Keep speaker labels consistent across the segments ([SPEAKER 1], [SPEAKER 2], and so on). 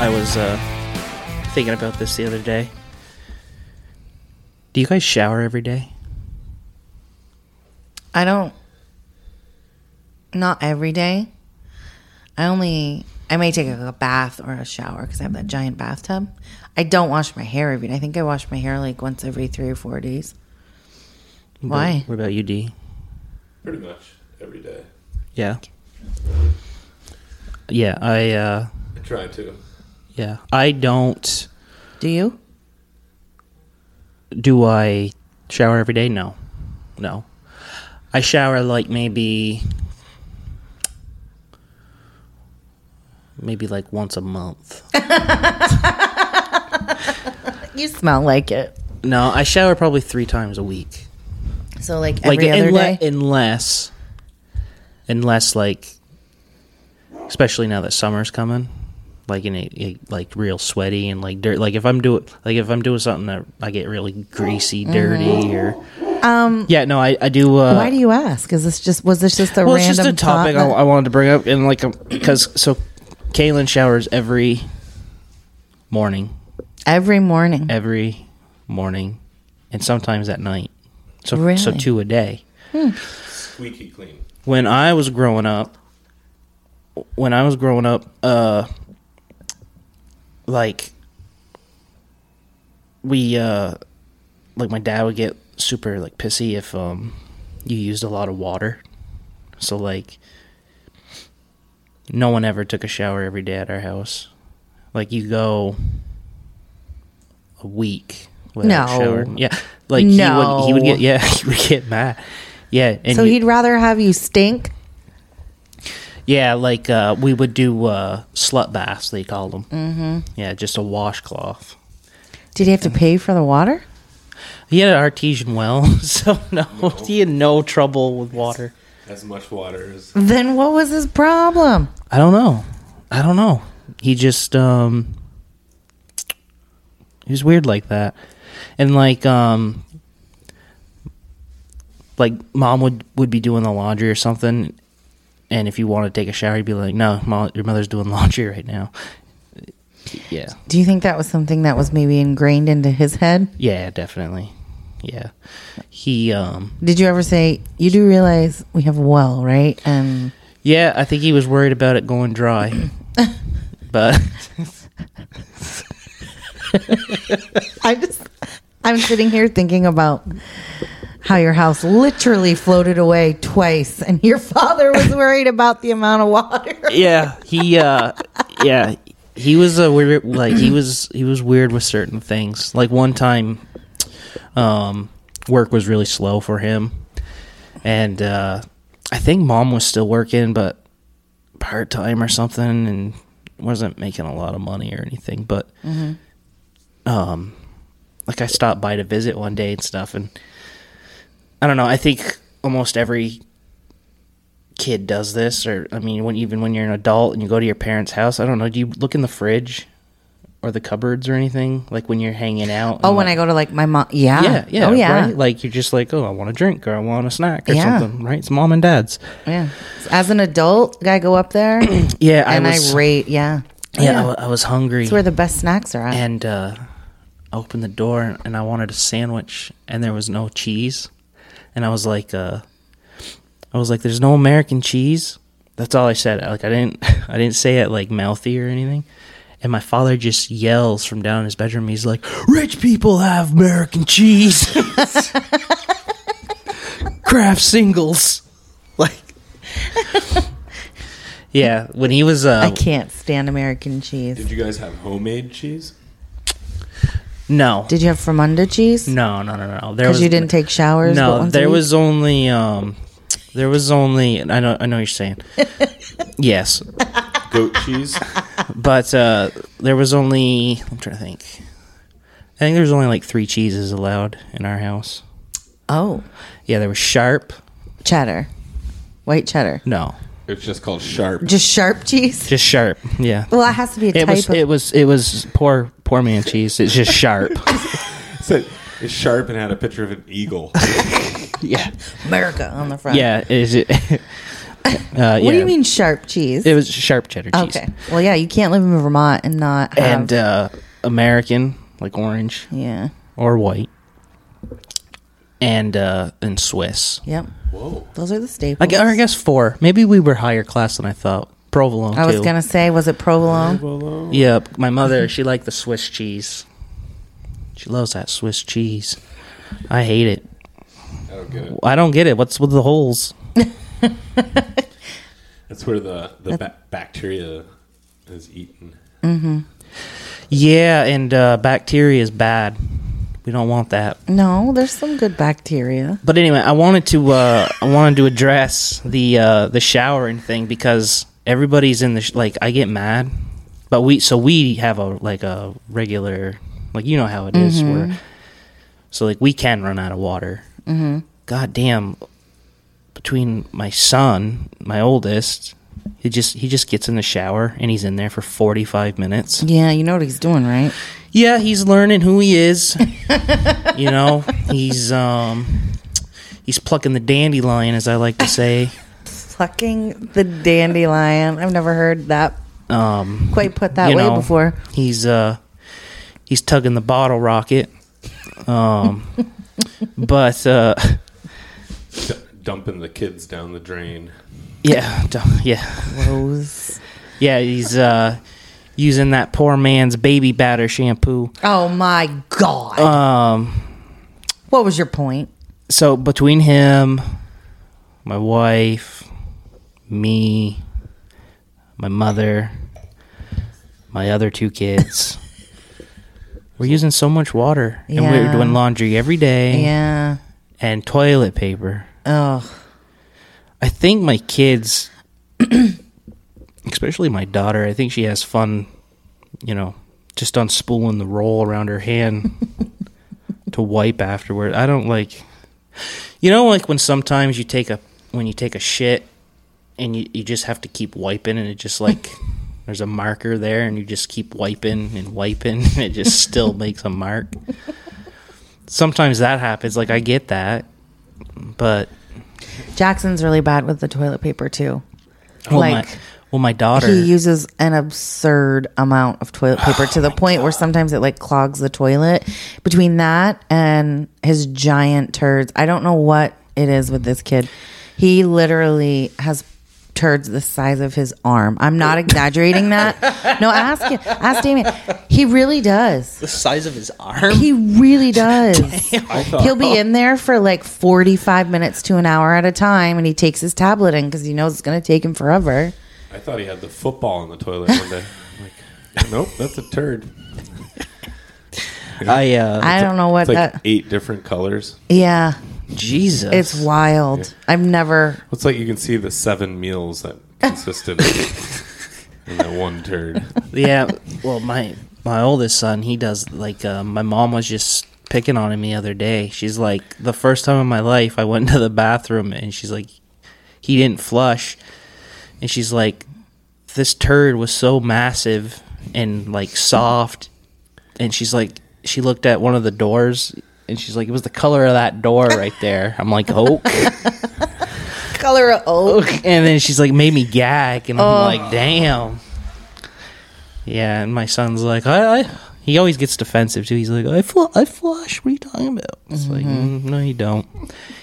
[SPEAKER 1] was uh, thinking about this the other day. Do you guys shower every day?
[SPEAKER 2] I don't. Not every day. I only. I may take a bath or a shower because I have that giant bathtub. I don't wash my hair every day. I think I wash my hair like once every three or four days. Why?
[SPEAKER 1] What about you, D?
[SPEAKER 3] Pretty much every day.
[SPEAKER 1] Yeah. Yeah, I uh
[SPEAKER 3] I try to.
[SPEAKER 1] yeah, I don't
[SPEAKER 2] Do you?
[SPEAKER 1] do I shower every day? No. No. I shower like maybe maybe like once a month.
[SPEAKER 2] You smell like it.
[SPEAKER 1] No, I shower probably 3 times a week.
[SPEAKER 2] So like every
[SPEAKER 1] like
[SPEAKER 2] other
[SPEAKER 1] unle-
[SPEAKER 2] day.
[SPEAKER 1] unless unless like especially now that summer's coming like in a, a- like real sweaty and like dirt like if i'm doing like if i'm doing something that i get really greasy dirty or um yeah no i i do uh
[SPEAKER 2] Mm-hmm. Why do you ask? Is this just was this just a
[SPEAKER 1] well it's
[SPEAKER 2] random
[SPEAKER 1] just a topic I,
[SPEAKER 2] thought
[SPEAKER 1] I wanted to bring up and like because so kaylin showers every morning
[SPEAKER 2] that- every morning?
[SPEAKER 1] every morning and sometimes at night so so
[SPEAKER 2] Really?
[SPEAKER 1] two a day
[SPEAKER 3] Squeaky clean.
[SPEAKER 1] when I was growing up, when I was growing up, uh, like we, uh, like my dad would get super like pissy if um you used a lot of water. So like, no one ever took a shower every day at our house. Like you go a week without
[SPEAKER 2] No.
[SPEAKER 1] showering. Yeah, like he would he would get yeah he would get mad. Yeah, and
[SPEAKER 2] so
[SPEAKER 1] you-
[SPEAKER 2] he'd rather have you stink.
[SPEAKER 1] yeah, like uh, we would do uh, slut baths, they called them. Mm-hmm. Yeah, just a washcloth.
[SPEAKER 2] Did he have to pay for the water?
[SPEAKER 1] He had an artesian well, so no, he had no trouble with water.
[SPEAKER 3] As much water as
[SPEAKER 2] Then what was his problem?
[SPEAKER 1] I don't know. I don't know. He just um, he was weird like that, and like um, like mom would would be doing the laundry or something, and if you want to take a shower, you'd be like, "No, mom, your mother's doing laundry right now." Yeah.
[SPEAKER 2] Do you think that was something that was maybe ingrained into his head?
[SPEAKER 1] Yeah, definitely. Yeah. He um
[SPEAKER 2] Did you ever say, "You do realize we have a well, right?" And
[SPEAKER 1] yeah, I think he was worried about it going dry. but
[SPEAKER 2] I just I'm sitting here thinking about how your house literally floated away twice and your father was worried about the amount of water.
[SPEAKER 1] yeah, he uh yeah, he was a weird like he was he was weird with certain things. Like one time um work was really slow for him. And uh I think mom was still working but part time or something and wasn't making a lot of money or anything, but
[SPEAKER 2] Mm-hmm.
[SPEAKER 1] um like I stopped by to visit one day and stuff and I don't know, I think almost every kid does this or I mean when even when you're an adult and you go to your parents' house, I don't know, do you look in the fridge or the cupboards or anything like when you're hanging out? and,
[SPEAKER 2] Oh, when
[SPEAKER 1] like-
[SPEAKER 2] I go to like my mom, yeah,
[SPEAKER 1] yeah, yeah,
[SPEAKER 2] oh yeah,
[SPEAKER 1] right? Like you're just like, oh, I want a drink or I want a snack or
[SPEAKER 2] Yeah.
[SPEAKER 1] something, right? It's mom and dad's.
[SPEAKER 2] yeah. As an adult, I go up there and
[SPEAKER 1] Yeah, I
[SPEAKER 2] I,
[SPEAKER 1] was,
[SPEAKER 2] rate, yeah,
[SPEAKER 1] yeah, I, wa- I was hungry
[SPEAKER 2] That's where the best snacks are at.
[SPEAKER 1] and uh, I opened the door and, and I wanted a sandwich and there was no cheese, and I was like, uh, I was like, there's no American cheese. That's all I said. Like I didn't, I didn't say it like mouthy or anything. And my father just yells from down in his bedroom. He's like, "Rich people have American cheese, craft singles." Like, yeah. When he was, uh,
[SPEAKER 2] I can't stand American cheese.
[SPEAKER 3] Did you guys have homemade cheese?
[SPEAKER 1] no,
[SPEAKER 2] Did you have fromunda cheese?
[SPEAKER 1] no, no, no, no. There
[SPEAKER 2] Because
[SPEAKER 1] was
[SPEAKER 2] you didn't take showers. but
[SPEAKER 1] No,
[SPEAKER 2] once a
[SPEAKER 1] there
[SPEAKER 2] week?
[SPEAKER 1] was only um, there was only. I know, I know what you're saying. yes,
[SPEAKER 3] Goat cheese?
[SPEAKER 1] but uh, there was only. I'm trying to think. I think there was only like three cheeses allowed in our house.
[SPEAKER 2] oh
[SPEAKER 1] Yeah, there was sharp.
[SPEAKER 2] cheddar, white cheddar,
[SPEAKER 1] No,
[SPEAKER 3] It's just called sharp.
[SPEAKER 2] just sharp cheese.
[SPEAKER 1] just sharp. Yeah,
[SPEAKER 2] Well, it has to be a
[SPEAKER 1] it
[SPEAKER 2] type
[SPEAKER 1] was
[SPEAKER 2] of.
[SPEAKER 1] it was it was poor poor man cheese. It's just sharp.
[SPEAKER 3] Said It's sharp and had a picture of an eagle.
[SPEAKER 1] yeah,
[SPEAKER 2] America on the front.
[SPEAKER 1] yeah. Is it? Uh,
[SPEAKER 2] What do
[SPEAKER 1] yeah.
[SPEAKER 2] you mean sharp cheese?
[SPEAKER 1] It was sharp cheddar cheese.
[SPEAKER 2] okay. Um, Well, yeah, you can't live in Vermont and not have.
[SPEAKER 1] And uh, American, like orange
[SPEAKER 2] yeah.
[SPEAKER 1] or white, and uh, and Swiss.
[SPEAKER 2] Yep.
[SPEAKER 3] Whoa.
[SPEAKER 2] Those are the staples.
[SPEAKER 1] I gu- or I guess four. Maybe we were higher class than I thought. Provolone.
[SPEAKER 2] I was
[SPEAKER 1] too.
[SPEAKER 2] gonna say, was it provolone?
[SPEAKER 1] Yep. My mother, she liked the Swiss cheese. She loves that Swiss cheese. I hate it.
[SPEAKER 3] I don't get it.
[SPEAKER 1] I don't get it. What's with the holes?
[SPEAKER 3] That's where the the ba- bacteria is eaten.
[SPEAKER 1] Yeah, and uh, bacteria is bad. We don't want that.
[SPEAKER 2] No, there's some good bacteria.
[SPEAKER 1] But anyway, I wanted to uh, I wanted to address the uh, the showering thing because everybody's in the sh- like I get mad, but we so we have a like a regular like you know how it is where so like we can run out of water. Mm-hmm. God damn! Between my son, my oldest, he just he just gets in the shower and he's in there for forty five minutes.
[SPEAKER 2] Yeah, you know what he's doing, right?
[SPEAKER 1] Yeah, he's learning who he is. you know, he's um he's plucking the dandelion as I like to say.
[SPEAKER 2] Plucking the dandelion. I've never heard that
[SPEAKER 1] Um
[SPEAKER 2] quite put that
[SPEAKER 1] you
[SPEAKER 2] way
[SPEAKER 1] know,
[SPEAKER 2] before.
[SPEAKER 1] He's uh he's tugging the bottle rocket. Um but uh
[SPEAKER 3] D- dumping the kids down the drain.
[SPEAKER 1] yeah, d- yeah.
[SPEAKER 2] Rose.
[SPEAKER 1] Yeah, he's uh using that poor man's baby batter shampoo.
[SPEAKER 2] Oh my god.
[SPEAKER 1] Um
[SPEAKER 2] what was your point?
[SPEAKER 1] so between him, my wife, me, my mother, my other two kids, we're using so much water, and
[SPEAKER 2] Yeah.
[SPEAKER 1] we're doing laundry every day,
[SPEAKER 2] Yeah.
[SPEAKER 1] and toilet paper.
[SPEAKER 2] Oh.
[SPEAKER 1] I think my kids, especially my daughter, I think she has fun, you know, just unspooling the roll around her hand to wipe afterward. I don't like, you know, like when sometimes you take a when you take a shit and you, you just have to keep wiping and it just like there's a marker there and you just keep wiping and wiping and it just still makes a mark. Sometimes that happens. Like I get that, but
[SPEAKER 2] Jackson's really bad with the toilet paper too.
[SPEAKER 1] well,
[SPEAKER 2] like
[SPEAKER 1] Oh, my, well, my daughter.
[SPEAKER 2] he uses an absurd amount of toilet
[SPEAKER 3] Oh
[SPEAKER 2] paper to the point where sometimes it like clogs the toilet. Between that and his giant turds, I don't know what it is with this kid. He literally has turds the size of his arm. I'm not exaggerating that. No, ask him. Ask Damien. He really does.
[SPEAKER 1] the size of his arm.
[SPEAKER 2] He really does.
[SPEAKER 3] I thought
[SPEAKER 2] He'll be in there for like 45 minutes to an hour at a time and he takes his tablet in because he knows it's going to take him forever.
[SPEAKER 3] I thought he had the football in the toilet one day. I'm like, nope, that's a turd.
[SPEAKER 1] I, uh,
[SPEAKER 2] I don't know what
[SPEAKER 3] It's like
[SPEAKER 2] that.
[SPEAKER 3] eight different colors.
[SPEAKER 2] Yeah,
[SPEAKER 1] Jesus.
[SPEAKER 2] it's wild. I've never.
[SPEAKER 3] It's like you can see the seven meals that consisted in that one turd.
[SPEAKER 1] yeah. Well, my my oldest son, he does like. Uh, my mom was just picking on him the other day. She's like, the first time in my life, I went to the bathroom, and she's like, he didn't flush, and she's like, this turd was so massive and like soft, and she's like, she looked at one of the doors. And she's like, it was the color of that door right there. I'm like, oh.
[SPEAKER 2] Color of oak.
[SPEAKER 1] And then she's like, made me gag, and I'm
[SPEAKER 2] Oh.
[SPEAKER 1] like, damn. Yeah, and my son's like, I, I. He always gets defensive too. He's like, I, fl- I flush. What are you talking about? It's like, mm,
[SPEAKER 2] Mm-hmm.
[SPEAKER 1] no, you don't.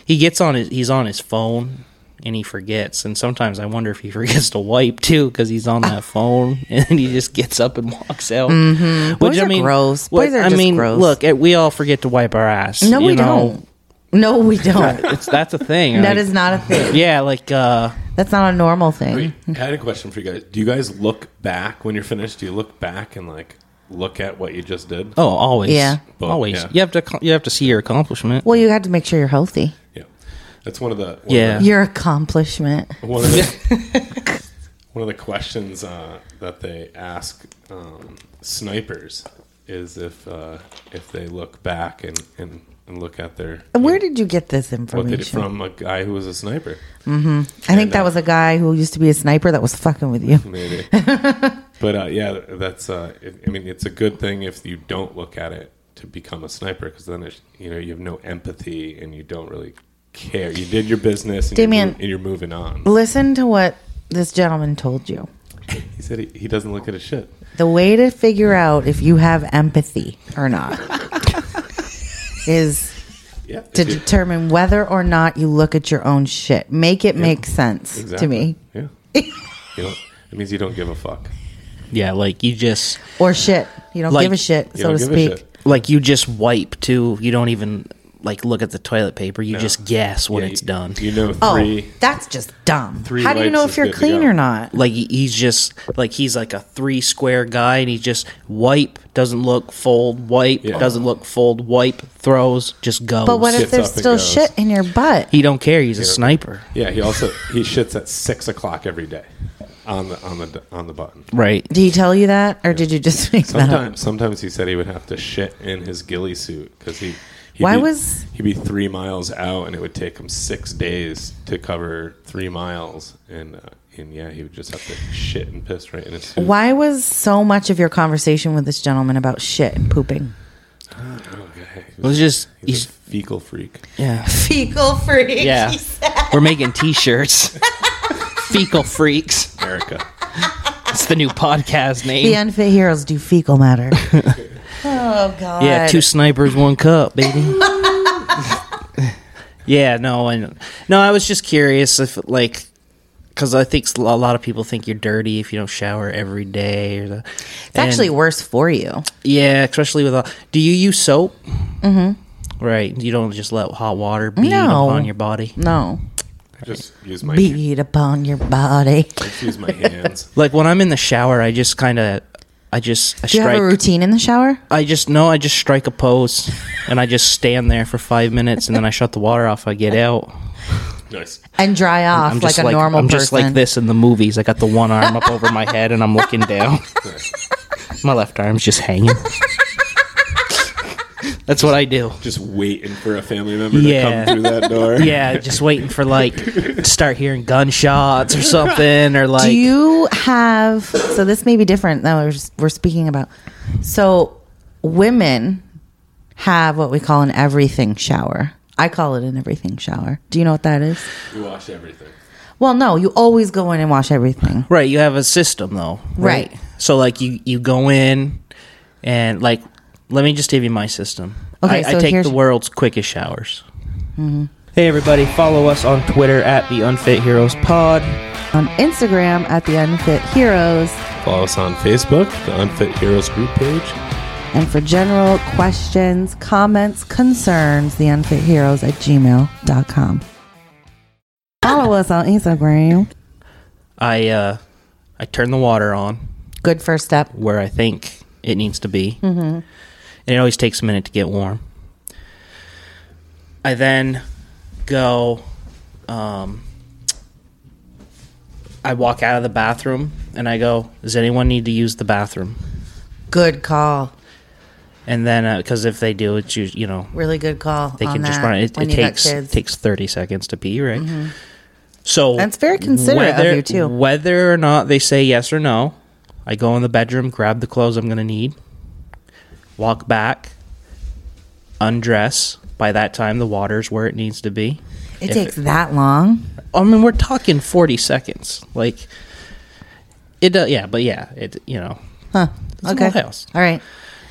[SPEAKER 1] He gets on his. He's on his phone, and he forgets. And sometimes I wonder if he forgets to wipe too, because he's on that phone, and he just gets up and walks out. Mm-hmm. Which
[SPEAKER 2] Boys
[SPEAKER 1] I
[SPEAKER 2] are
[SPEAKER 1] mean,
[SPEAKER 2] gross.
[SPEAKER 1] what-
[SPEAKER 2] Boys are
[SPEAKER 1] I
[SPEAKER 2] just
[SPEAKER 1] mean,
[SPEAKER 2] gross.
[SPEAKER 1] look, eh, we all forget to wipe our ass.
[SPEAKER 2] No,
[SPEAKER 1] you
[SPEAKER 2] we
[SPEAKER 1] know?
[SPEAKER 2] don't. No, we don't.
[SPEAKER 1] It's that's a thing.
[SPEAKER 2] that
[SPEAKER 1] Like,
[SPEAKER 2] is not a thing.
[SPEAKER 1] Yeah, like. uh
[SPEAKER 2] That's not a normal thing.
[SPEAKER 3] Wait, I had a question for you guys. Do you guys look back when you're finished? Do you look back and like look at what you just did?
[SPEAKER 1] Oh, always.
[SPEAKER 2] Yeah.
[SPEAKER 3] But,
[SPEAKER 1] always.
[SPEAKER 3] yeah.
[SPEAKER 1] You have to ac- you have to see your accomplishment.
[SPEAKER 2] Well, you had to make sure you're healthy.
[SPEAKER 3] Yeah, that's one of the one
[SPEAKER 1] Yeah.
[SPEAKER 3] Of
[SPEAKER 2] Your accomplishment.
[SPEAKER 3] the, one of the one of the questions uh, that they ask um, snipers is if uh, if they look back and, and, and look at their
[SPEAKER 2] And where did you get this
[SPEAKER 3] what
[SPEAKER 2] information?
[SPEAKER 3] they did from a guy who was a sniper.
[SPEAKER 2] I think
[SPEAKER 3] uh,
[SPEAKER 2] that was a guy who used to be a sniper that was fucking with you.
[SPEAKER 3] maybe. but uh, yeah, that's. Uh, it, I mean, it's a good thing if you don't look at it to become a sniper, because then it, you know you have no empathy and you don't really care. You did your business, and,
[SPEAKER 2] Damien.
[SPEAKER 3] you're, mo- and you're moving on.
[SPEAKER 2] Listen to what this gentleman told you.
[SPEAKER 3] He said he, he doesn't look at his shit.
[SPEAKER 2] The way to figure out if you have empathy or not is
[SPEAKER 3] Yeah,
[SPEAKER 2] to
[SPEAKER 3] if you-
[SPEAKER 2] determine whether or not you look at your own shit. Make it make sense
[SPEAKER 3] exactly.
[SPEAKER 2] to me.
[SPEAKER 3] Yeah, you don't, it means you don't give a fuck.
[SPEAKER 1] Yeah, like you just
[SPEAKER 2] Or shit. You don't
[SPEAKER 1] Like-
[SPEAKER 2] give a shit,
[SPEAKER 3] You
[SPEAKER 2] so
[SPEAKER 3] don't
[SPEAKER 2] to
[SPEAKER 3] give a
[SPEAKER 2] speak.
[SPEAKER 3] shit.
[SPEAKER 1] like you just wipe too. You don't even like look at the toilet paper. You just guess when
[SPEAKER 3] Yeah,
[SPEAKER 1] it's
[SPEAKER 3] you-
[SPEAKER 1] done.
[SPEAKER 3] You know
[SPEAKER 2] Oh,
[SPEAKER 3] three.
[SPEAKER 2] that's just dumb.
[SPEAKER 3] three
[SPEAKER 2] How do you
[SPEAKER 3] wipes
[SPEAKER 2] know
[SPEAKER 3] is
[SPEAKER 2] if you're
[SPEAKER 3] good to
[SPEAKER 2] clean
[SPEAKER 3] go.
[SPEAKER 2] or not?
[SPEAKER 1] like he- he's just like he's like a three square guy and he just wipe doesn't look fold wipe
[SPEAKER 3] Yeah.
[SPEAKER 1] doesn't look fold wipe throws just goes
[SPEAKER 2] But what if
[SPEAKER 3] Sits
[SPEAKER 2] there's
[SPEAKER 3] up and
[SPEAKER 2] still
[SPEAKER 3] goes.
[SPEAKER 2] shit in your butt?
[SPEAKER 1] he don't care he's a sniper
[SPEAKER 3] Yeah, he also he shits at six o'clock every day on the on the on the button.
[SPEAKER 1] right
[SPEAKER 2] Did he tell you that, or did you just make that up?
[SPEAKER 3] Sometimes, sometimes he said he would have to shit in his ghillie suit because he. he'd
[SPEAKER 2] Why
[SPEAKER 3] be-
[SPEAKER 2] was-
[SPEAKER 3] he'd be three miles out, and it would take him six days to cover three miles, and uh, and yeah, he would just have to shit and piss right in his suit.
[SPEAKER 2] Why was so much of your conversation with this gentleman about shit and pooping?
[SPEAKER 3] Okay. He
[SPEAKER 1] it was just
[SPEAKER 3] He's a
[SPEAKER 1] he's,
[SPEAKER 3] fecal freak.
[SPEAKER 1] yeah
[SPEAKER 2] Fecal freak.
[SPEAKER 1] yeah we're making t-shirts fecal freaks
[SPEAKER 3] Erica.
[SPEAKER 1] it's the new podcast name
[SPEAKER 2] The unfit heroes do fecal matter. oh God.
[SPEAKER 1] Yeah, two snipers, one cup, baby. yeah, no, and no, I was just curious if like because I think a lot of people think you're dirty if you don't shower every day. Or the,
[SPEAKER 2] It's actually worse for you.
[SPEAKER 1] yeah, especially with all. Do you use soap? Mm-hmm. Right, you don't just let hot water bead
[SPEAKER 2] Mm-hmm. No.
[SPEAKER 1] upon your body.
[SPEAKER 2] No.
[SPEAKER 3] Just use my
[SPEAKER 2] Beat upon your body.
[SPEAKER 3] just use my hands.
[SPEAKER 1] Like when I'm in the shower, I just kind of, I just I
[SPEAKER 2] Do you have
[SPEAKER 1] strike.
[SPEAKER 2] a routine in the shower?
[SPEAKER 1] I just no, I just strike a pose, and I just stand there for five minutes, and then I shut the water off. I get out.
[SPEAKER 3] Nice.
[SPEAKER 2] And dry off
[SPEAKER 1] I'm
[SPEAKER 2] like
[SPEAKER 1] just
[SPEAKER 2] a normal
[SPEAKER 1] I'm
[SPEAKER 2] person.
[SPEAKER 1] just like this in the movies. I got the one arm up over my head and I'm looking down. my left arm's just hanging. That's what I do.
[SPEAKER 3] Just waiting for a family member
[SPEAKER 1] Yeah.
[SPEAKER 3] to come through that door.
[SPEAKER 1] Yeah, just waiting for like to start hearing gunshots or something or like
[SPEAKER 2] Do you have so this may be different that we're, we're speaking about so women have what we call an everything shower i call it an everything shower do you know what that is
[SPEAKER 3] You wash everything.
[SPEAKER 2] well no you always go in and wash everything
[SPEAKER 1] Right, you have a system though.
[SPEAKER 2] Right.
[SPEAKER 1] So like you you go in and like let me just give you my system.
[SPEAKER 2] Okay,
[SPEAKER 1] I,
[SPEAKER 2] so
[SPEAKER 1] I take
[SPEAKER 2] here's-
[SPEAKER 1] the world's quickest showers. Hey everybody, follow us on Twitter at the Unfit Heroes Pod.
[SPEAKER 2] on instagram at the unfit heroes
[SPEAKER 3] Follow us on Facebook, the Unfit Heroes group page.
[SPEAKER 2] and for general questions comments concerns the unfit heroes at gmail.com follow us on instagram
[SPEAKER 1] I uh, I turn the water on
[SPEAKER 2] good first step
[SPEAKER 1] where I think it needs to be, and it always takes a minute to get warm. I then go. Um, I walk out of the bathroom and I go, "Does anyone need to use the bathroom?"
[SPEAKER 2] good call
[SPEAKER 1] And then, because if they do, it's us- you know
[SPEAKER 2] Really good call.
[SPEAKER 1] they
[SPEAKER 2] on
[SPEAKER 1] can just
[SPEAKER 2] that
[SPEAKER 1] run. It,
[SPEAKER 2] when
[SPEAKER 1] it
[SPEAKER 2] you got
[SPEAKER 1] takes
[SPEAKER 2] kids. Mm-hmm.
[SPEAKER 1] takes thirty seconds to pee, right? So
[SPEAKER 2] That's very considerate of
[SPEAKER 1] whether,
[SPEAKER 2] you, too.
[SPEAKER 1] Whether or not they say yes or no, I go in the bedroom, grab the clothes I'm going to need, walk back, undress. By that time, the water's where it needs to be.
[SPEAKER 2] it
[SPEAKER 1] if
[SPEAKER 2] takes that long.
[SPEAKER 1] I mean, we're talking forty seconds. Like it, does. yeah, but yeah, it, you know,
[SPEAKER 2] Huh.
[SPEAKER 1] It's a
[SPEAKER 2] okay.
[SPEAKER 1] little house.
[SPEAKER 2] All right.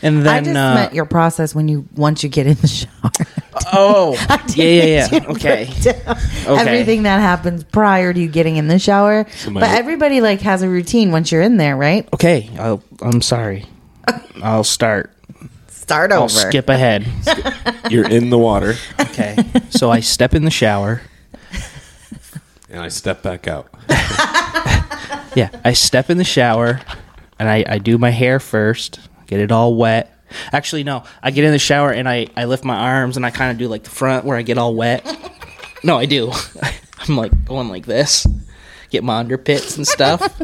[SPEAKER 1] and then
[SPEAKER 2] I just
[SPEAKER 1] uh,
[SPEAKER 2] meant your process when you once you get in the shower.
[SPEAKER 1] oh, yeah, yeah, yeah,
[SPEAKER 2] didn't
[SPEAKER 1] okay.
[SPEAKER 2] Everything that happens prior to you getting in the shower.
[SPEAKER 3] my-
[SPEAKER 2] but everybody like has a routine once you're in there, right?
[SPEAKER 1] Okay, I'll, I'm sorry. I'll start.
[SPEAKER 2] Start over.
[SPEAKER 1] I'll skip ahead.
[SPEAKER 3] You're in the water,
[SPEAKER 1] Okay. So I step in the shower.
[SPEAKER 3] and I step back out.
[SPEAKER 1] Yeah, I step in the shower and I, I do my hair first, get it all wet. Actually, no, I get in the shower and I, I lift my arms and I kind of do like the front where I get all wet. No, I do. I'm like going like this, get my underpits and stuff.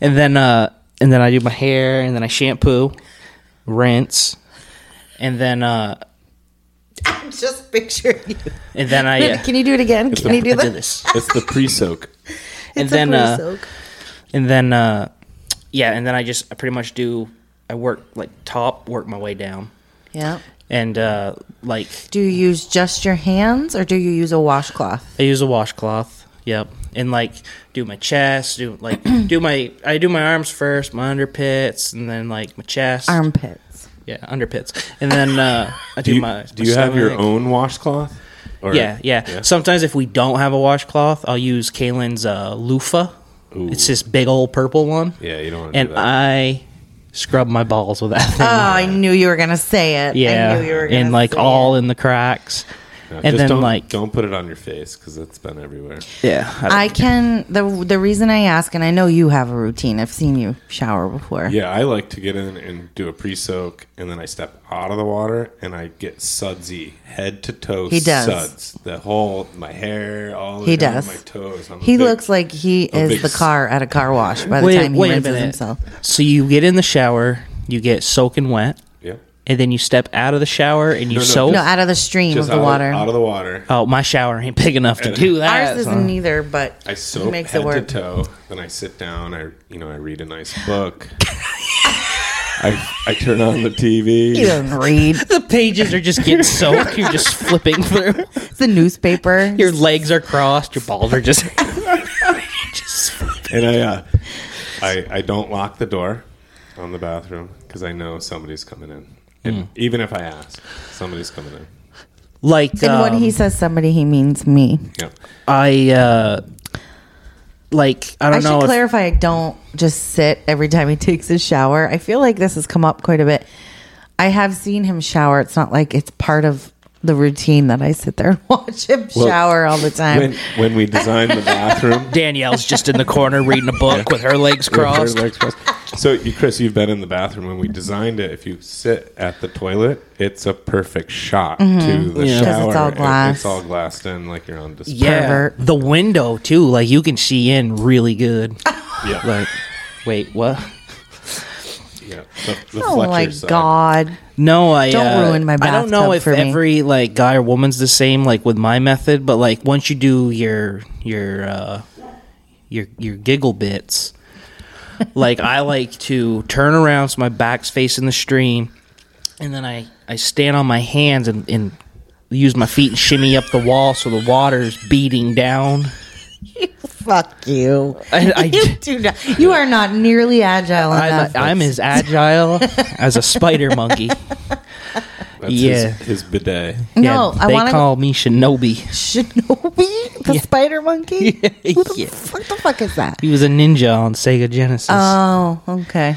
[SPEAKER 1] and then uh, and then I do my hair and then I shampoo, rinse, and then uh,
[SPEAKER 2] I'm just picturing you.
[SPEAKER 1] and then I. Uh,
[SPEAKER 2] Can you do it again? Can you do
[SPEAKER 1] I do
[SPEAKER 2] that?
[SPEAKER 1] this.
[SPEAKER 3] It's the pre-soak.
[SPEAKER 1] and
[SPEAKER 2] It's a
[SPEAKER 1] then uh,
[SPEAKER 2] pre-soak.
[SPEAKER 1] and then uh yeah and then i just I pretty much do i work like top work my way down
[SPEAKER 2] Yeah.
[SPEAKER 1] and uh, like
[SPEAKER 2] Do you use just your hands or do you use a washcloth?
[SPEAKER 1] I use a washcloth. Yep, and like do my chest, do like do my I do my arms first, my underpits, and then like my chest,
[SPEAKER 2] Armpits.
[SPEAKER 1] yeah, underpits, and then uh, I do,
[SPEAKER 3] Do you,
[SPEAKER 1] my.
[SPEAKER 3] do
[SPEAKER 1] my
[SPEAKER 3] you have your
[SPEAKER 1] stomach.
[SPEAKER 3] own washcloth? Or,
[SPEAKER 1] Yeah, yeah, Sometimes if we don't have a washcloth, I'll use Kaylin's uh, loofah.
[SPEAKER 3] Ooh.
[SPEAKER 1] It's this big old purple one,
[SPEAKER 3] yeah, you don't want to
[SPEAKER 1] and
[SPEAKER 3] do that.
[SPEAKER 1] I scrub my balls with that thing.
[SPEAKER 2] Oh, I knew you were gonna say it.
[SPEAKER 1] yeah,
[SPEAKER 2] I knew you were gonna
[SPEAKER 1] and like
[SPEAKER 2] say
[SPEAKER 1] all in the cracks,
[SPEAKER 3] No,
[SPEAKER 1] and
[SPEAKER 3] just
[SPEAKER 1] then
[SPEAKER 3] don't,
[SPEAKER 1] like
[SPEAKER 3] don't put it on your face because it's been everywhere.
[SPEAKER 1] yeah, I don't-
[SPEAKER 2] I can the the reason I ask, and I know you have a routine. I've seen you shower before.
[SPEAKER 3] Yeah, I like to get in and do a pre-soak, and then I step out of the water and I get sudsy, head to toe.
[SPEAKER 2] He does.
[SPEAKER 3] suds. The whole my hair, all the
[SPEAKER 2] He
[SPEAKER 3] way down
[SPEAKER 2] does.
[SPEAKER 3] to my toes. I'm a
[SPEAKER 2] He
[SPEAKER 3] big-
[SPEAKER 2] looks like he
[SPEAKER 3] a
[SPEAKER 2] is
[SPEAKER 3] big
[SPEAKER 2] the
[SPEAKER 3] s-
[SPEAKER 2] car at a car wash by the
[SPEAKER 1] wait,
[SPEAKER 2] time he
[SPEAKER 1] wait a
[SPEAKER 2] rinses
[SPEAKER 1] minute.
[SPEAKER 2] himself.
[SPEAKER 1] So you get in the shower, you get soaking wet,
[SPEAKER 3] Yeah.
[SPEAKER 1] and then you step out of the shower and you
[SPEAKER 3] No, no.
[SPEAKER 1] soak.
[SPEAKER 2] No, out of the stream of
[SPEAKER 3] Just
[SPEAKER 2] the
[SPEAKER 3] out
[SPEAKER 2] water.
[SPEAKER 3] out of the water.
[SPEAKER 1] oh, my shower ain't big enough to do that.
[SPEAKER 2] Ours isn't either, but
[SPEAKER 3] I
[SPEAKER 2] he
[SPEAKER 3] soak
[SPEAKER 2] makes
[SPEAKER 3] head
[SPEAKER 2] it work.
[SPEAKER 3] to toe. Then I sit down. I you know I read a nice book. I I turn on the TV.
[SPEAKER 2] He doesn't read.
[SPEAKER 1] the pages are just getting soaked. You're just flipping through.
[SPEAKER 2] It's a newspaper.
[SPEAKER 1] Your legs are crossed. Your balls are just.
[SPEAKER 3] and I, uh, I I don't lock the door on the bathroom because I know somebody's coming in. And even if I ask, somebody's coming in.
[SPEAKER 1] like
[SPEAKER 2] and when
[SPEAKER 1] um,
[SPEAKER 2] he says somebody, he means me.
[SPEAKER 3] Yeah.
[SPEAKER 1] I uh, like I
[SPEAKER 2] I
[SPEAKER 1] don't know.
[SPEAKER 2] should
[SPEAKER 1] if-
[SPEAKER 2] clarify. I don't just sit every time he takes his shower. I feel like this has come up quite a bit. I have seen him shower. It's not like it's part of the routine that I sit there and watch him
[SPEAKER 3] Well,
[SPEAKER 2] shower all the time.
[SPEAKER 3] When when we designed the bathroom,
[SPEAKER 1] Danielle's just in the corner reading a book with her legs
[SPEAKER 3] her
[SPEAKER 1] crossed.
[SPEAKER 3] legs crossed. So you, Chris, you've been in the bathroom when we designed it. If you sit at the toilet, it's a perfect shot to the
[SPEAKER 1] Yeah.
[SPEAKER 2] 'Cause
[SPEAKER 3] shower.
[SPEAKER 2] it's Mm-hmm. all
[SPEAKER 3] and
[SPEAKER 2] glass.
[SPEAKER 3] It's all glassed in, like you're on display.
[SPEAKER 1] yeah,
[SPEAKER 2] Pervert.
[SPEAKER 1] the window too. Like you can see in really good.
[SPEAKER 3] Yeah.
[SPEAKER 1] Like, wait, what?
[SPEAKER 3] Yeah. The, the
[SPEAKER 2] oh
[SPEAKER 3] Fletcher
[SPEAKER 2] my
[SPEAKER 3] side.
[SPEAKER 2] god!
[SPEAKER 1] No, I
[SPEAKER 2] Don't
[SPEAKER 1] uh,
[SPEAKER 2] ruin my
[SPEAKER 1] I don't know
[SPEAKER 2] bathtub
[SPEAKER 1] if
[SPEAKER 2] for me.
[SPEAKER 1] every like guy or woman's the same. Like with my method, but like once you do your your uh, your your giggle bits, like I like to turn around so my back's facing the stream, and then I I stand on my hands and, and use my feet and shimmy up the wall so the water's beating down.
[SPEAKER 2] Fuck you!
[SPEAKER 1] I- I-
[SPEAKER 2] you do not. You are not nearly agile
[SPEAKER 1] I'm,
[SPEAKER 2] enough.
[SPEAKER 1] I'm as agile as a spider monkey.
[SPEAKER 3] That's
[SPEAKER 1] Yeah.
[SPEAKER 3] His, his bidet.
[SPEAKER 2] no,
[SPEAKER 1] yeah,
[SPEAKER 2] I
[SPEAKER 1] they
[SPEAKER 2] want to
[SPEAKER 1] call me Shinobi.
[SPEAKER 2] Shinobi, the spider monkey. What the,
[SPEAKER 1] Yeah.
[SPEAKER 2] fuck, the fuck is that?
[SPEAKER 1] He was a ninja on Sega Genesis.
[SPEAKER 2] Oh, okay.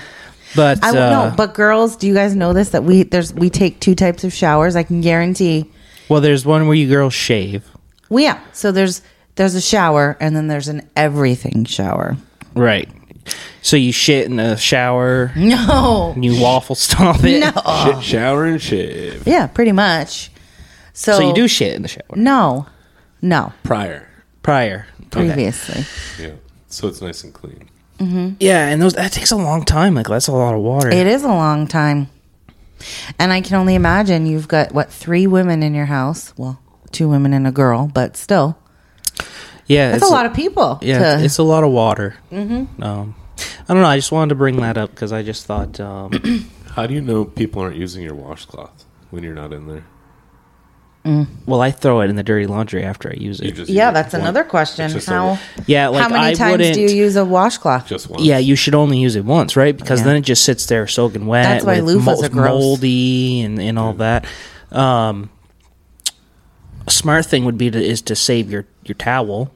[SPEAKER 1] but
[SPEAKER 2] I don't
[SPEAKER 1] uh,
[SPEAKER 2] know, but girls, do you guys know this? That we there's we take two types of showers. I can guarantee.
[SPEAKER 1] well, there's one where you girls shave,
[SPEAKER 2] Well, yeah. So there's there's a shower, and then there's an everything shower.
[SPEAKER 1] right? So you shit in the shower,
[SPEAKER 2] No.
[SPEAKER 1] and you waffle stomp it.
[SPEAKER 2] No.
[SPEAKER 3] Shit, shower and shave.
[SPEAKER 2] Yeah, pretty much. So,
[SPEAKER 1] So you do shit in the shower
[SPEAKER 2] No, no.
[SPEAKER 3] Prior.
[SPEAKER 1] prior.
[SPEAKER 2] Previously,
[SPEAKER 3] Yeah. So it's nice and clean.
[SPEAKER 1] Yeah, and those that takes a long time. Like that's a lot of water.
[SPEAKER 2] it is a long time, and I can only imagine you've got what three women in your house. Well, two women and a girl, but still,
[SPEAKER 1] yeah,
[SPEAKER 2] that's a lot of people.
[SPEAKER 1] Yeah,
[SPEAKER 2] to-
[SPEAKER 1] it's a lot of water. Mm-hmm. Um, I don't know. I just wanted to bring that up because I just thought. Um,
[SPEAKER 3] How do you know people aren't using your washcloth when you're not in there?
[SPEAKER 1] well, I throw it in the dirty laundry after I use
[SPEAKER 3] You
[SPEAKER 1] it.
[SPEAKER 3] just
[SPEAKER 2] yeah,
[SPEAKER 3] use
[SPEAKER 2] that's
[SPEAKER 3] one-
[SPEAKER 2] another question.
[SPEAKER 3] it's just a-
[SPEAKER 2] How
[SPEAKER 1] Yeah, like
[SPEAKER 2] how many
[SPEAKER 1] I
[SPEAKER 2] times
[SPEAKER 1] wouldn't.
[SPEAKER 2] do you use a washcloth?
[SPEAKER 3] just one.
[SPEAKER 1] Yeah, you should only use it once, right? Because
[SPEAKER 2] Yeah.
[SPEAKER 1] then it just sits there soaking wet.
[SPEAKER 2] That's why
[SPEAKER 1] with
[SPEAKER 2] loofahs
[SPEAKER 1] mo-
[SPEAKER 2] are gross.
[SPEAKER 1] moldy and, and all that. Um, a smart thing would be to is to save your your towel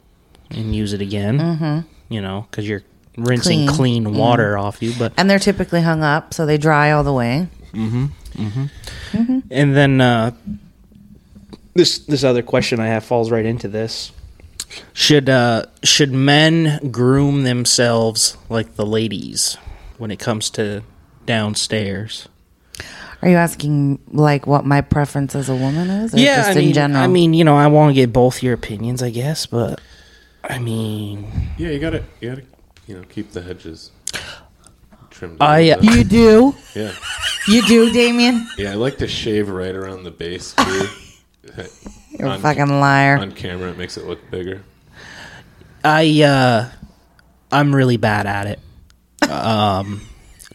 [SPEAKER 1] and use it again. Mm-hmm. You know, because you're rinsing
[SPEAKER 2] Clean. Mm.
[SPEAKER 1] clean, water off you. But
[SPEAKER 2] and they're typically hung up, so they dry all the way.
[SPEAKER 1] and then uh, this this other question I have falls right into this. Should uh, should men groom themselves like the ladies when it comes to downstairs?
[SPEAKER 2] Are you asking like what my preference as a woman is, or just
[SPEAKER 1] I
[SPEAKER 2] in
[SPEAKER 1] mean,
[SPEAKER 2] general?
[SPEAKER 1] I mean, you know, I want to get both your opinions, I guess, but I mean,
[SPEAKER 3] Yeah, you gotta you gotta you know keep the hedges trimmed. a
[SPEAKER 1] I-
[SPEAKER 3] little bit.
[SPEAKER 2] you do,
[SPEAKER 3] yeah
[SPEAKER 2] you do, Damien.
[SPEAKER 3] yeah I like to shave right around the base too.
[SPEAKER 2] You're a
[SPEAKER 3] On-
[SPEAKER 2] fucking liar.
[SPEAKER 3] on camera, it makes it look bigger.
[SPEAKER 1] I uh, I'm really bad at it. Um,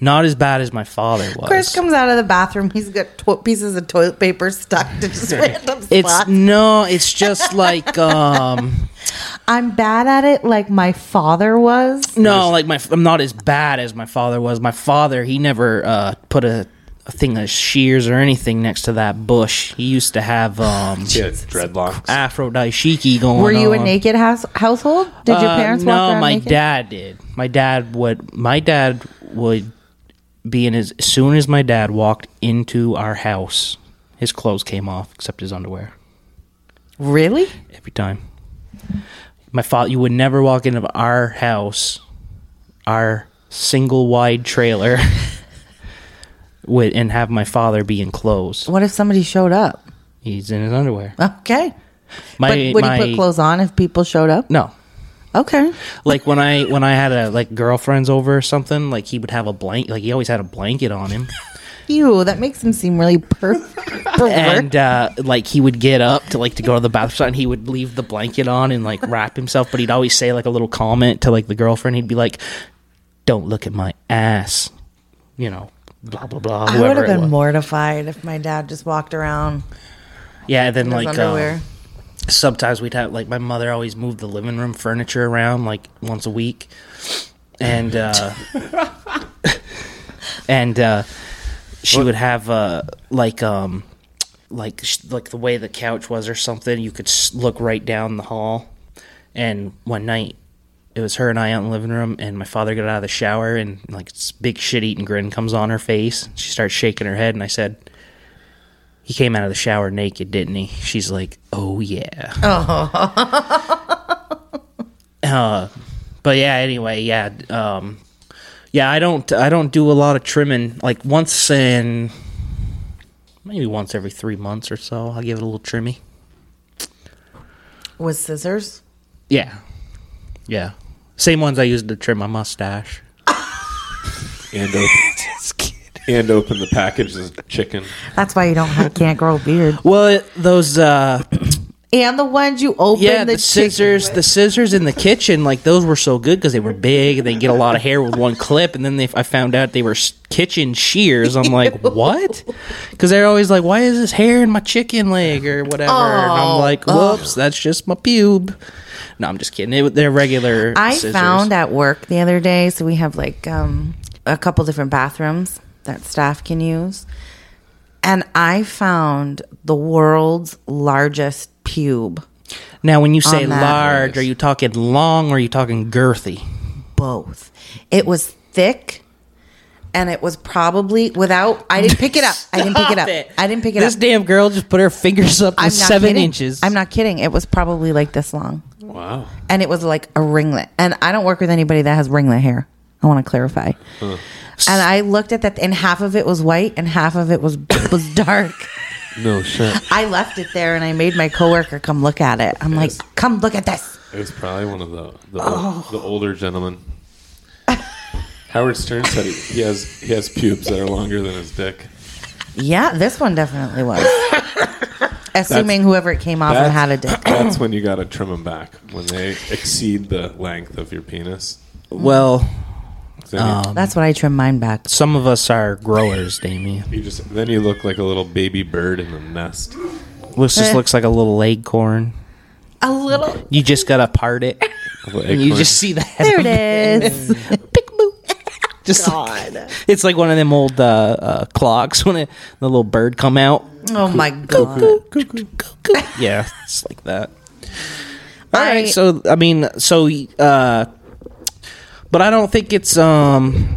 [SPEAKER 1] Not as bad as my father was.
[SPEAKER 2] Chris comes out of the bathroom. He's got tw- pieces of toilet paper stuck to just random
[SPEAKER 1] it's
[SPEAKER 2] spots.
[SPEAKER 1] no, it's just like um
[SPEAKER 2] I'm bad at it, like my father was.
[SPEAKER 1] no, like my I'm not as bad as my father was. My father, he never uh put a, a thing of shears or anything next to that bush. He used to have um
[SPEAKER 3] He had dreadlocks.
[SPEAKER 1] Afro Daishiki going on.
[SPEAKER 2] Were you a naked house- household? Did your
[SPEAKER 1] Oh, Uh,
[SPEAKER 2] parents
[SPEAKER 1] no,
[SPEAKER 2] walk around
[SPEAKER 1] my
[SPEAKER 2] naked?
[SPEAKER 1] dad did. My dad would. My dad would be in his. As soon as my dad walked into our house, his clothes came off except his underwear
[SPEAKER 2] Really?
[SPEAKER 1] every time. My father, you would never walk into our house, our single wide trailer, with and have my father be in clothes.
[SPEAKER 2] What if somebody showed up?
[SPEAKER 1] He's in his underwear.
[SPEAKER 2] Okay.
[SPEAKER 1] My,
[SPEAKER 2] but would
[SPEAKER 1] my-
[SPEAKER 2] you put clothes on if people showed up?
[SPEAKER 1] No,
[SPEAKER 2] Okay.
[SPEAKER 1] like when I when I had a like girlfriends over or something, like he would have a blanket. Like he always had a blanket on him,
[SPEAKER 2] Ew, that makes him seem really per- pervert.
[SPEAKER 1] and uh, like he would get up to like to go to the bathroom, and he would leave the blanket on and like wrap himself. But he'd always say like a little comment to like the girlfriend. He'd be like, "Don't look at my ass," you know, blah blah blah.
[SPEAKER 2] I would
[SPEAKER 1] Whoever
[SPEAKER 2] have
[SPEAKER 1] it
[SPEAKER 2] been
[SPEAKER 1] was.
[SPEAKER 2] mortified if my dad just walked around
[SPEAKER 1] yeah. and Then
[SPEAKER 2] in his
[SPEAKER 1] like
[SPEAKER 2] underwear.
[SPEAKER 1] uh, sometimes we'd have like my mother always moved the living room furniture around like once a week, and uh, and uh, she would have uh, like um like sh- like the way the couch was or something. You could s- look right down the hall, and one night. It was her and I out in the living room, and my father got out of the shower, and like this big shit eating grin comes on her face. She starts shaking her head, and I said, "He came out of the shower naked, didn't he?" She's like, "Oh yeah." uh, but yeah anyway yeah um yeah i don't i don't do a lot of trimming like once in maybe once every three months or so i'll give it a little trimmy
[SPEAKER 2] with scissors.
[SPEAKER 1] yeah yeah same ones i used to trim my mustache
[SPEAKER 3] And open, and open the package of chicken.
[SPEAKER 2] That's why you don't have, can't grow a beard.
[SPEAKER 1] well it, those uh
[SPEAKER 2] And the ones you open
[SPEAKER 1] yeah the,
[SPEAKER 2] the,
[SPEAKER 1] scissors the scissors in the kitchen like those were so good because they were big and they get a lot of hair with one clip and then they, i found out they were s- kitchen shears i'm like what because they're always like why is this hair in my chicken leg or whatever and i'm like whoops that's just my pube no i'm just kidding it, they're regular
[SPEAKER 2] I
[SPEAKER 1] scissors.
[SPEAKER 2] found at work the other day, so we have like um, a couple different bathrooms that staff can use. And I found the world's largest pube.
[SPEAKER 1] now when you say
[SPEAKER 2] on that.
[SPEAKER 1] large are you talking long or are you talking girthy
[SPEAKER 2] Both. It was thick and it was probably without I didn't pick it up. I didn't pick it
[SPEAKER 1] Stop
[SPEAKER 2] up.
[SPEAKER 1] it.
[SPEAKER 2] I didn't pick it
[SPEAKER 1] this
[SPEAKER 2] up.
[SPEAKER 1] damn girl just put her fingers up to
[SPEAKER 2] I'm not
[SPEAKER 1] seven
[SPEAKER 2] kidding.
[SPEAKER 1] inches
[SPEAKER 2] I'm not kidding. It was probably like this long.
[SPEAKER 3] Wow.
[SPEAKER 2] And it was like a ringlet. And I don't work with anybody that has ringlet hair. I want to clarify. And I looked at that, and half of it was white, and half of it was was dark.
[SPEAKER 3] No shit.
[SPEAKER 2] I left it there, and I made my coworker come look at it. I'm
[SPEAKER 3] Yes.
[SPEAKER 2] like, "Come look at this."
[SPEAKER 3] It was probably one of the the, ol- the older gentlemen. Howard Stern said he, he has he has pubes that are longer than his dick.
[SPEAKER 2] Yeah, this one definitely was. Assuming
[SPEAKER 3] That's-
[SPEAKER 2] whoever it came off and
[SPEAKER 3] That's-
[SPEAKER 2] had a dick.
[SPEAKER 3] That's when you got to trim them back when they exceed the length of your penis.
[SPEAKER 1] well
[SPEAKER 3] Then you-
[SPEAKER 2] That's what I trim mine back.
[SPEAKER 1] some of us are growers damien
[SPEAKER 3] you, just then you look like a little baby bird in a nest.
[SPEAKER 1] This just
[SPEAKER 2] Eh.
[SPEAKER 1] looks like a little acorn.
[SPEAKER 2] A little.
[SPEAKER 1] You just gotta part it, and you just see the head.
[SPEAKER 2] There
[SPEAKER 1] of
[SPEAKER 2] it is. Pick
[SPEAKER 1] Just like- it's like one of them old uh, uh, clocks when it, the little bird come out.
[SPEAKER 2] Oh my god.
[SPEAKER 1] yeah, it's like that. All
[SPEAKER 2] I-
[SPEAKER 1] right, so I mean, so, uh, but I don't think it's um,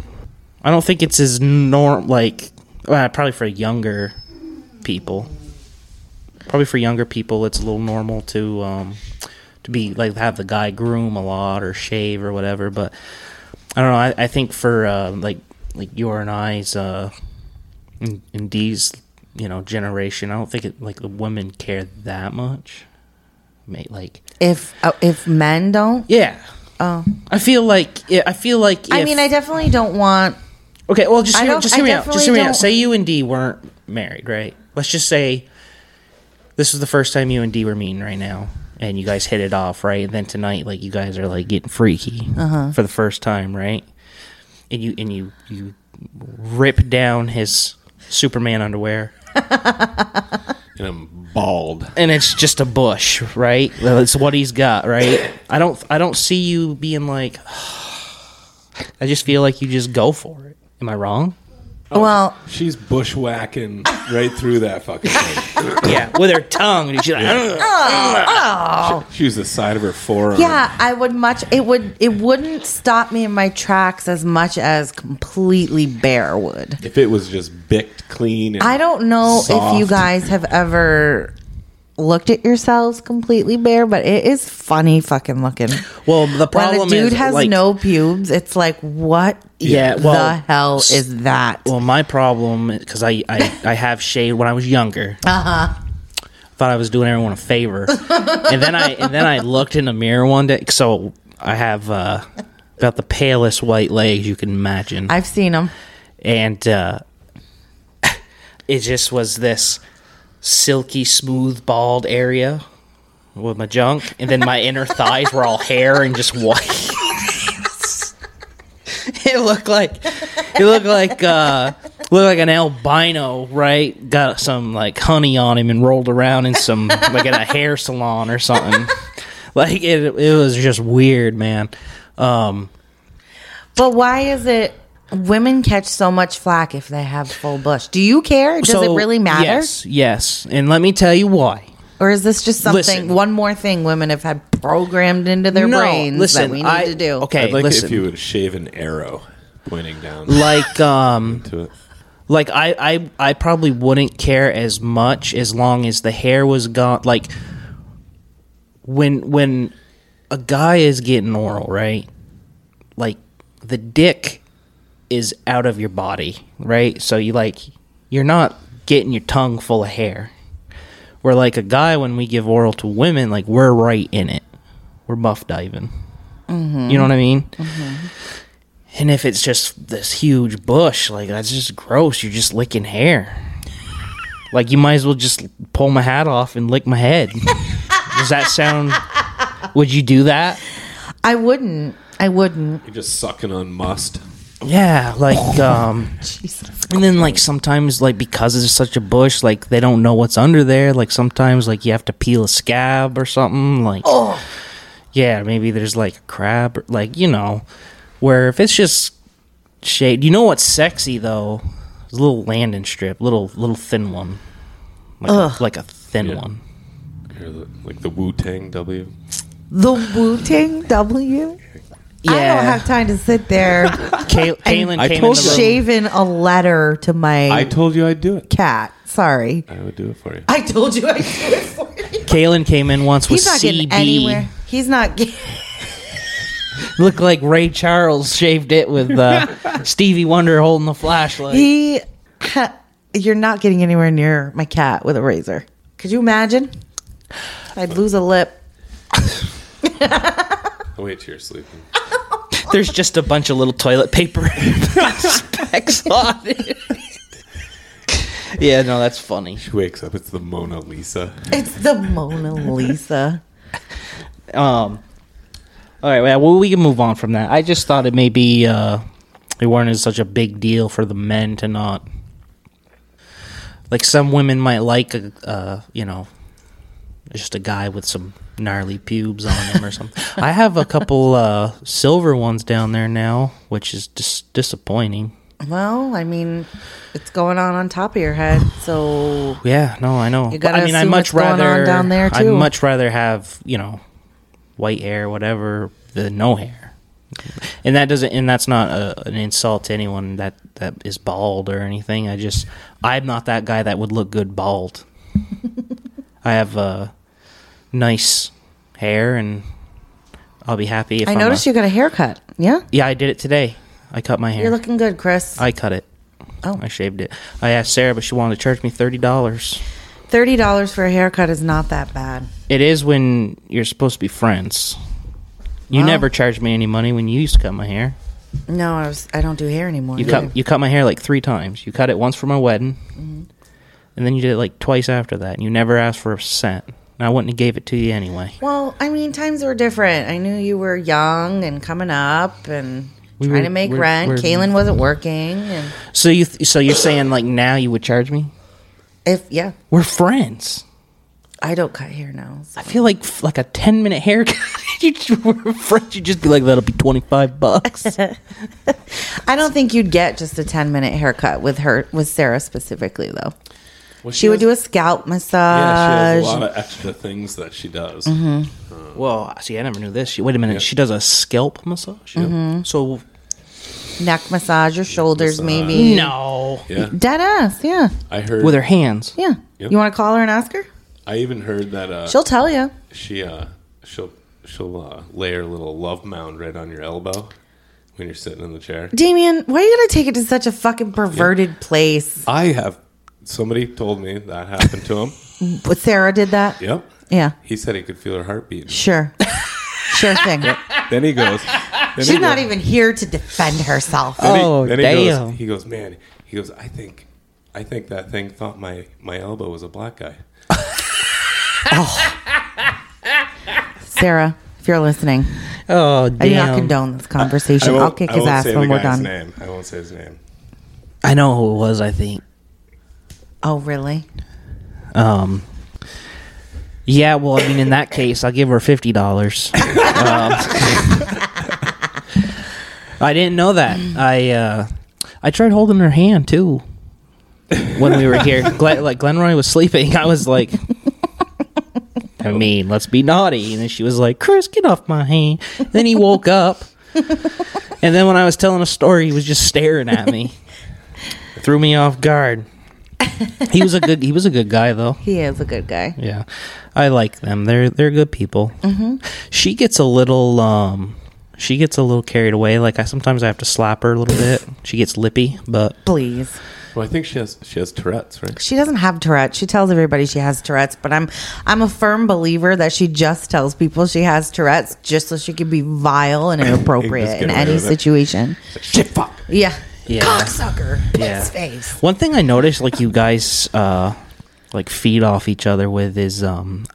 [SPEAKER 1] I don't think it's as norm like well, probably for younger people. Probably for younger people, it's a little normal to um, to be like have the guy groom a lot or shave or whatever. But I don't know. I, I think for uh, like like your and I's uh, in, in D's you know generation, I don't think it like the women care that much. Mate, like
[SPEAKER 2] If uh, if men don't,
[SPEAKER 1] yeah.
[SPEAKER 2] oh,
[SPEAKER 1] I feel like yeah, I feel like
[SPEAKER 2] I
[SPEAKER 1] if-
[SPEAKER 2] mean, I definitely don't want
[SPEAKER 1] okay. Well, just
[SPEAKER 2] I
[SPEAKER 1] hear,
[SPEAKER 2] don't-
[SPEAKER 1] just
[SPEAKER 2] I
[SPEAKER 1] hear me out. Just
[SPEAKER 2] definitely
[SPEAKER 1] hear me
[SPEAKER 2] don't-
[SPEAKER 1] out. Say you and D weren't married, right? Let's just say this is the first time you and D were meeting right now, and you guys hit it
[SPEAKER 2] Uh-huh.
[SPEAKER 1] off, right? And then tonight, like you guys are like getting freaky for the first time, right? and you and you you rip down his Superman underwear,
[SPEAKER 3] and I'm bald.
[SPEAKER 1] and it's just a bush, right? Well, It's what he's got, right? I don't I don't see you being like. I just feel like you just go for it. Am I wrong?
[SPEAKER 2] Well,
[SPEAKER 3] She's bushwhacking right through that fucking thing.
[SPEAKER 1] Yeah, with her tongue, and she's like,
[SPEAKER 3] She used the side of her forearm.
[SPEAKER 2] Oh. yeah, I would much. It would. It wouldn't stop me in my tracks as much as completely bare would.
[SPEAKER 3] If it was just bicked clean. And
[SPEAKER 2] I don't know if you
[SPEAKER 3] soft.
[SPEAKER 2] guys have ever looked at yourselves completely bare, but it is funny fucking looking.
[SPEAKER 1] "Well, the
[SPEAKER 2] When a
[SPEAKER 1] problem
[SPEAKER 2] dude
[SPEAKER 1] is
[SPEAKER 2] has
[SPEAKER 1] like,
[SPEAKER 2] no pubes, it's like what
[SPEAKER 1] Yeah,
[SPEAKER 2] the
[SPEAKER 1] well,
[SPEAKER 2] hell is that?
[SPEAKER 1] Well, my problem because I, I I have shaved when I was younger. Uh huh.
[SPEAKER 2] Uh-huh.
[SPEAKER 1] Thought I was doing everyone a favor, and then I and then I looked in the mirror one day. So I have uh, about the palest white legs you can imagine,
[SPEAKER 2] I've seen them.
[SPEAKER 1] and uh, it just was this silky smooth bald area with my junk, and then my inner thighs were all hair and just white. it looked like it looked like uh looked like an albino, right? Got some like honey on him and rolled around in some like in a hair salon or something. Like it it was just weird, man. Um
[SPEAKER 2] But why is it women catch so much flack if they have full bush? Do you care? Does
[SPEAKER 1] so-
[SPEAKER 2] it really matter?
[SPEAKER 1] Yes, yes. And let me tell you why.
[SPEAKER 2] Or is this just something
[SPEAKER 1] Listen.
[SPEAKER 2] one more thing women have had programmed into their
[SPEAKER 1] No,
[SPEAKER 2] brains that
[SPEAKER 1] listen,
[SPEAKER 2] we need
[SPEAKER 1] I-
[SPEAKER 2] to do?
[SPEAKER 1] okay.
[SPEAKER 3] I'd like
[SPEAKER 1] listen.
[SPEAKER 3] if you would shave an arrow pointing down
[SPEAKER 1] Like um
[SPEAKER 3] to it.
[SPEAKER 1] like I, I i probably wouldn't care as much as long as the hair was gone like when when a guy is getting oral right like the dick is out of your body right so you like you're not getting your tongue full of hair where like a guy when we give oral to women like we're right in it we're buff diving you know what i mean and if it's just this huge bush, like that's just gross. You're just licking hair. Like you might as well just pull my hat off and lick my head. Does that sound? Would you do that?
[SPEAKER 2] I wouldn't. I wouldn't.
[SPEAKER 3] You're just sucking on must.
[SPEAKER 1] Yeah, like um,
[SPEAKER 2] Jesus.
[SPEAKER 1] and then like sometimes like because it's such a bush, like they don't know what's under there. Like sometimes like you have to peel a scab or something. Like oh, yeah, maybe there's like a crab, or, like you know, where if it's just shade, you know what's sexy though, is a little landing strip, little little thin one, like a, like a thin
[SPEAKER 3] Yeah.
[SPEAKER 1] one.
[SPEAKER 3] Or the- Like the Wu Tang W.
[SPEAKER 2] The Wu Tang W.
[SPEAKER 1] Yeah,
[SPEAKER 2] I don't have time to sit there
[SPEAKER 1] Kay- Kaylin
[SPEAKER 3] I
[SPEAKER 1] came
[SPEAKER 3] told
[SPEAKER 1] in the room.
[SPEAKER 2] shaving a letter to my
[SPEAKER 3] I told you I'd do it.
[SPEAKER 2] cat. Sorry.
[SPEAKER 3] I would do it for you.
[SPEAKER 2] I told you I did it for you.
[SPEAKER 1] Kaylin came in once with
[SPEAKER 2] He's not getting
[SPEAKER 1] CB.
[SPEAKER 2] anywhere. He's not getting.
[SPEAKER 1] Looked like Ray Charles shaved it with uh, Stevie Wonder holding the flashlight.
[SPEAKER 2] He. You're not getting anywhere near my cat with a razor. Could you imagine? I'd lose a lip.
[SPEAKER 3] I'll wait till you're sleeping.
[SPEAKER 1] There's just a bunch of little toilet paper specks on it. yeah, no, that's funny.
[SPEAKER 3] She wakes up. It's the Mona Lisa.
[SPEAKER 2] It's the Mona Lisa.
[SPEAKER 1] Um, all right, well, we can move on from that. I just thought it maybe uh, it weren't as such a big deal for the men to not. Like some women might like a, uh, you know, just a guy with some gnarly pubes on him or something. I have a couple uh, silver ones down there now, which is dis- disappointing.
[SPEAKER 2] Well, I mean, it's going on on top of your head, so
[SPEAKER 1] Yeah, no, I know.
[SPEAKER 2] You
[SPEAKER 1] But,
[SPEAKER 2] gotta
[SPEAKER 1] I mean, I
[SPEAKER 2] assume
[SPEAKER 1] much
[SPEAKER 2] what's going on
[SPEAKER 1] rather
[SPEAKER 2] down there,
[SPEAKER 1] I'd
[SPEAKER 2] too.
[SPEAKER 1] much rather have you know white hair, whatever, than no hair. And that doesn't, and that's not a, an insult to anyone that that is bald or anything. I just, I'm not that guy that would look good bald. I have uh, nice hair, and I'll be happy if
[SPEAKER 2] I noticed you got a haircut. Yeah,
[SPEAKER 1] Yeah, I did it today. I cut my hair.
[SPEAKER 2] you're looking good, Chris.
[SPEAKER 1] I cut it.
[SPEAKER 2] Oh.
[SPEAKER 1] I shaved it. I asked Sarah, but she wanted to charge me thirty dollars.
[SPEAKER 2] Thirty dollars for a haircut is not that bad.
[SPEAKER 1] It is when you're supposed to be friends. You
[SPEAKER 2] Wow.
[SPEAKER 1] never charged me any money when you used to cut my hair.
[SPEAKER 2] No, I was. I don't do hair anymore.
[SPEAKER 1] You
[SPEAKER 2] either.
[SPEAKER 1] cut you cut my hair like three times. You cut it once for my wedding, and then you did it like twice after that. And you never asked for a cent, and I wouldn't have gave it to you anyway.
[SPEAKER 2] Well, I mean, times were different. I knew you were young and coming up, and
[SPEAKER 1] We
[SPEAKER 2] trying
[SPEAKER 1] were-
[SPEAKER 2] to make
[SPEAKER 1] we're-
[SPEAKER 2] rent.
[SPEAKER 1] we're-
[SPEAKER 2] Kaylin wasn't working, and
[SPEAKER 1] So you th- so you're saying like now you would charge me?
[SPEAKER 2] if yeah,
[SPEAKER 1] We're friends.
[SPEAKER 2] I don't cut hair now. so-
[SPEAKER 1] I feel like like a ten minute haircut. you were friends. You'd just be like, that'll be twenty five bucks.
[SPEAKER 2] I don't think you'd get just a ten minute haircut with her with Sarah specifically though.
[SPEAKER 3] Well,
[SPEAKER 2] She would do
[SPEAKER 3] has-
[SPEAKER 2] a scalp
[SPEAKER 3] Yeah, she
[SPEAKER 2] massage. Mm-hmm.
[SPEAKER 3] has a lot of extra things that she does.
[SPEAKER 1] Well, see, I never knew this. She, wait a minute. She does a scalp massage. So
[SPEAKER 2] neck massage, your shoulders
[SPEAKER 3] Massage.
[SPEAKER 2] maybe.
[SPEAKER 1] no,
[SPEAKER 3] Yeah,
[SPEAKER 2] Dead ass, yeah.
[SPEAKER 3] I heard.
[SPEAKER 1] with her hands.
[SPEAKER 2] Yeah.
[SPEAKER 3] Yeah.
[SPEAKER 2] You want to call her and ask her?
[SPEAKER 3] I even heard that uh,
[SPEAKER 2] She'll tell you.
[SPEAKER 3] she uh, she'll she'll uh, lay her little love mound right on your elbow when you're sitting in the chair.
[SPEAKER 2] Damien, why are you going to take it to such a fucking perverted place?
[SPEAKER 3] I have somebody told me that happened to him.
[SPEAKER 2] But Sarah did that?
[SPEAKER 3] Yep.
[SPEAKER 2] Yeah.
[SPEAKER 3] He said he could feel her heartbeat.
[SPEAKER 2] Sure. sure thing.
[SPEAKER 3] Then he goes. Then he
[SPEAKER 2] She's not
[SPEAKER 3] goes-
[SPEAKER 2] even here to defend herself.
[SPEAKER 3] Then he-
[SPEAKER 1] Oh,
[SPEAKER 3] then
[SPEAKER 1] damn.
[SPEAKER 3] He goes, he goes, man. He goes, I think, I think that thing thought my my elbow was a black guy.
[SPEAKER 2] Sarah, if you're listening,
[SPEAKER 1] Oh
[SPEAKER 2] I do not
[SPEAKER 1] damn!
[SPEAKER 2] condone this conversation. I'll
[SPEAKER 3] won't-
[SPEAKER 2] kick
[SPEAKER 3] I
[SPEAKER 2] his
[SPEAKER 3] won't
[SPEAKER 2] ass
[SPEAKER 3] say
[SPEAKER 2] when
[SPEAKER 3] the
[SPEAKER 2] we're
[SPEAKER 3] guy's
[SPEAKER 2] done.
[SPEAKER 3] Name. I won't say his name.
[SPEAKER 1] I know who it was. I think.
[SPEAKER 2] Oh, really?
[SPEAKER 1] Um. Yeah, well, I mean, in that case, I'll give her fifty dollars. um, I didn't know that. I uh, I tried holding her hand too when we were here. Glen, like Glenroy was sleeping, I was like, I mean, let's be naughty. And then she was like, Chris, get off my hand. Then he woke up, and then when I was telling a story, he was just staring at me, threw me off guard. He was a good. He was a good guy though.
[SPEAKER 2] He is a good guy.
[SPEAKER 1] Yeah, I like them. They're they're good people. Mm-hmm. She gets a little um, she gets a little carried away. Like I sometimes I have to slap her a little bit. She gets lippy, but
[SPEAKER 2] Please.
[SPEAKER 3] Well, I think she has she has Tourette's, right?
[SPEAKER 2] She doesn't have Tourette's. She tells everybody she has Tourette's, but I'm I'm a firm believer that she just tells people she has Tourette's just so she can be vile and
[SPEAKER 3] Just
[SPEAKER 2] inappropriate
[SPEAKER 3] get
[SPEAKER 2] in
[SPEAKER 3] away
[SPEAKER 2] any
[SPEAKER 3] with it.
[SPEAKER 2] situation.
[SPEAKER 3] Shit, fuck.
[SPEAKER 2] Yeah.
[SPEAKER 1] Yeah.
[SPEAKER 2] Cocksucker.
[SPEAKER 1] Yeah.
[SPEAKER 2] His face.
[SPEAKER 1] one thing I noticed, like you guys uh, like feed off each other with is um,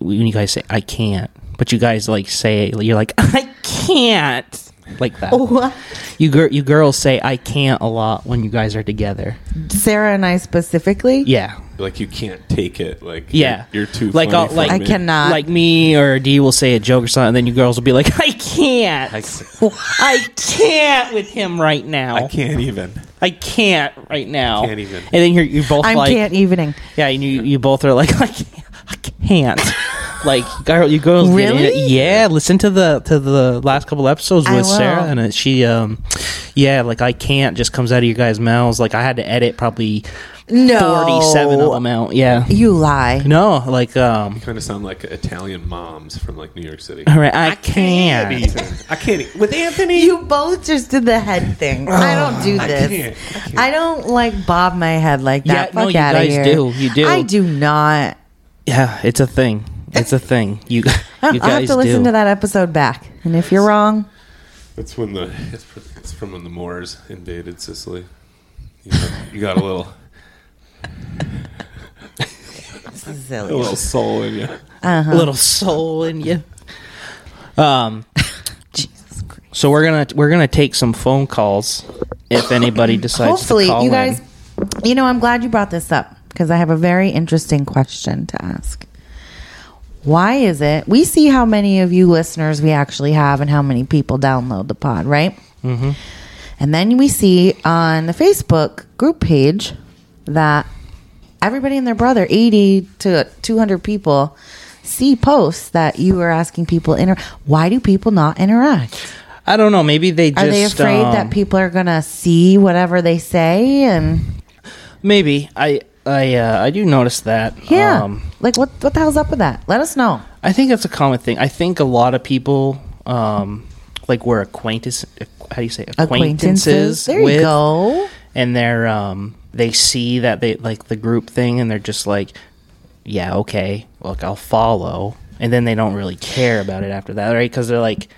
[SPEAKER 1] when you guys say I can't, but you guys like say you're like I can't like that.
[SPEAKER 2] What?
[SPEAKER 1] You gir- you girls say I can't a lot when you guys are together.
[SPEAKER 2] Sarah and I specifically.
[SPEAKER 1] Yeah.
[SPEAKER 3] Like you can't take it. Like
[SPEAKER 1] Yeah,
[SPEAKER 3] you're, you're too
[SPEAKER 1] Like,
[SPEAKER 3] funny
[SPEAKER 1] I'll-
[SPEAKER 3] for
[SPEAKER 1] like-
[SPEAKER 2] I
[SPEAKER 3] me.
[SPEAKER 2] cannot.
[SPEAKER 1] like me or D will say a joke or something, and then you girls will be like, "I can't, I, can't with him right now. I
[SPEAKER 3] I
[SPEAKER 1] can't,
[SPEAKER 3] can't even.
[SPEAKER 1] right now.
[SPEAKER 3] Can't even.
[SPEAKER 1] And then you're you both
[SPEAKER 2] I'm
[SPEAKER 1] like,
[SPEAKER 2] can't evening.
[SPEAKER 1] yeah, and you you both are like, I can't, I can't. like girl, you girls, get it.
[SPEAKER 2] Really?
[SPEAKER 1] yeah. Listen to the to the last couple episodes
[SPEAKER 2] I
[SPEAKER 1] with Sarah,
[SPEAKER 2] will.
[SPEAKER 1] and it, she, um, yeah, like I can't just comes out of your guys' mouths. Like I had to edit probably
[SPEAKER 2] No.
[SPEAKER 1] forty-seven
[SPEAKER 2] Oh.
[SPEAKER 1] of them out. Yeah.
[SPEAKER 2] You lie.
[SPEAKER 1] No, like um,
[SPEAKER 3] Kind of sound like Italian moms from like New York City.
[SPEAKER 1] all right, I, can't.
[SPEAKER 3] even. I can't e- with Anthony.
[SPEAKER 2] You both just did the head thing. I don't do
[SPEAKER 3] I
[SPEAKER 2] this. I,
[SPEAKER 3] can't. I can't.
[SPEAKER 2] don't like bob my head like
[SPEAKER 1] Yeah,
[SPEAKER 2] that.
[SPEAKER 1] no,
[SPEAKER 2] Fuck
[SPEAKER 1] you
[SPEAKER 2] outta
[SPEAKER 1] guys
[SPEAKER 2] here.
[SPEAKER 1] do. You do.
[SPEAKER 2] I do not.
[SPEAKER 1] Yeah, it's a thing. It's a thing. You,
[SPEAKER 2] I
[SPEAKER 1] you
[SPEAKER 2] don't, I'll have
[SPEAKER 1] guys
[SPEAKER 2] to listen
[SPEAKER 1] do.
[SPEAKER 2] to that episode back. And if you're wrong,
[SPEAKER 3] It's when the it's, fr- it's from when the Moors invaded Sicily. You, got- you got a little a
[SPEAKER 2] silly.
[SPEAKER 3] little soul in you.
[SPEAKER 2] Uh-huh.
[SPEAKER 1] Little soul in you. Um. So we're gonna we're gonna take some phone calls if anybody decides.
[SPEAKER 2] Hopefully,
[SPEAKER 1] to call
[SPEAKER 2] you
[SPEAKER 1] in.
[SPEAKER 2] guys, you know, I'm glad you brought this up because I have a very interesting question to ask. Why is it we see how many of you listeners we actually have and how many people download the pod, right? Mm-hmm. And then we see on the Facebook group page that everybody and their brother, 80 to 200 people, see posts that you are asking people inter- why do people not interact?
[SPEAKER 1] I don't know. Maybe they just
[SPEAKER 2] Are they afraid
[SPEAKER 1] um,
[SPEAKER 2] that people are gonna see whatever they say and
[SPEAKER 1] maybe I I uh, I do notice that. Um,
[SPEAKER 2] yeah? like what what the hell's up with that? Let us know.
[SPEAKER 1] I think that's a common thing. I think a lot of people, um, like we're acquaintances. How do you say acquaintances?
[SPEAKER 2] There you
[SPEAKER 1] with,
[SPEAKER 2] go.
[SPEAKER 1] and they're um they see that they like the group thing and they're just like yeah okay look i'll follow and then they don't really care about it after that right because they're like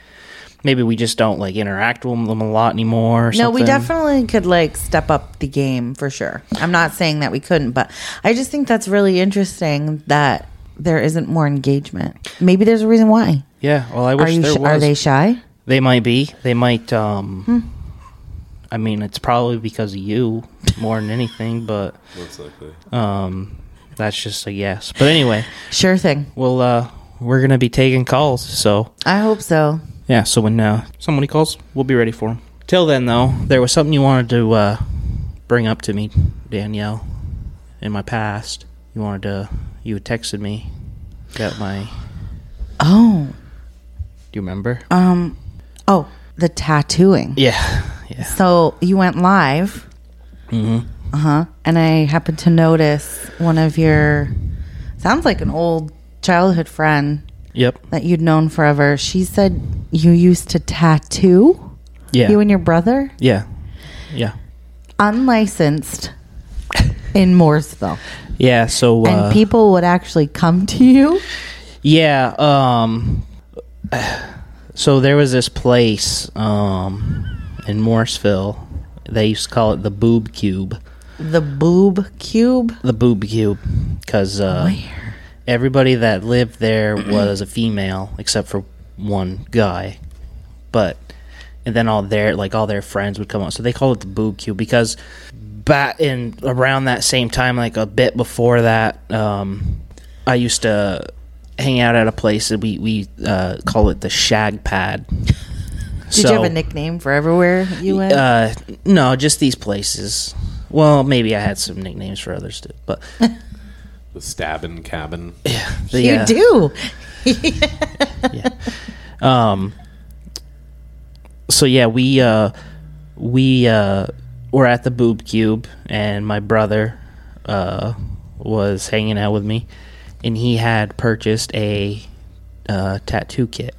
[SPEAKER 1] maybe we just don't like interact with them a lot anymore or
[SPEAKER 2] No, we
[SPEAKER 1] something.
[SPEAKER 2] definitely could like step up the game for sure. I'm not saying that we couldn't, but I just think that's really interesting that there isn't more engagement. Maybe there's a reason why.
[SPEAKER 1] yeah well i
[SPEAKER 2] Are Hmm.
[SPEAKER 1] wish
[SPEAKER 2] you
[SPEAKER 1] there
[SPEAKER 2] sh-
[SPEAKER 1] was
[SPEAKER 2] are they shy?
[SPEAKER 1] they might be they might um I mean, it's probably because of you more than anything, but
[SPEAKER 3] Most likely.
[SPEAKER 1] um, that's just a guess. But anyway,
[SPEAKER 2] Sure thing.
[SPEAKER 1] well, uh, we're gonna be taking calls, so
[SPEAKER 2] I hope so.
[SPEAKER 1] yeah. So when uh, somebody calls, we'll be ready for them. Till then, though, there was something you wanted to uh, bring up to me, Danielle, in my past. You wanted to. You had texted me about my.
[SPEAKER 2] Oh,
[SPEAKER 1] Do you remember?
[SPEAKER 2] um, oh, the tattooing.
[SPEAKER 1] yeah. Yeah.
[SPEAKER 2] So you went live.
[SPEAKER 1] Mm-hmm.
[SPEAKER 2] Uh huh. And I happened to notice one of your, sounds like an old childhood friend
[SPEAKER 1] Yep.
[SPEAKER 2] that you'd known forever. She said you used to tattoo
[SPEAKER 1] Yeah.
[SPEAKER 2] you and your brother
[SPEAKER 1] yeah. Yeah.
[SPEAKER 2] unlicensed in Mooresville.
[SPEAKER 1] Yeah. So uh,
[SPEAKER 2] and people would actually come to you.
[SPEAKER 1] Yeah. Um. So there was this place um, in Morrisville. They used to call it the Boob Cube.
[SPEAKER 2] The boob cube.
[SPEAKER 1] The Boob Cube, because uh,
[SPEAKER 2] Where?
[SPEAKER 1] everybody that lived there was a female, except for one guy. But and then all their like all their friends would come out, so they called it the Boob Cube because back in around that same time, like a bit before that, um, I used to hang out at a place that we we uh, call it the Shag Pad.
[SPEAKER 2] Did you have a nickname for everywhere you went?
[SPEAKER 1] Uh, no, just these places. Well, maybe I had some nicknames for others too, but
[SPEAKER 3] The stabbing cabin.
[SPEAKER 1] the,
[SPEAKER 2] you
[SPEAKER 1] uh,
[SPEAKER 2] do.
[SPEAKER 1] Um. So yeah, we uh, we uh, were at the boob cube, and my brother uh, was hanging out with me, and he had purchased a uh, tattoo kit,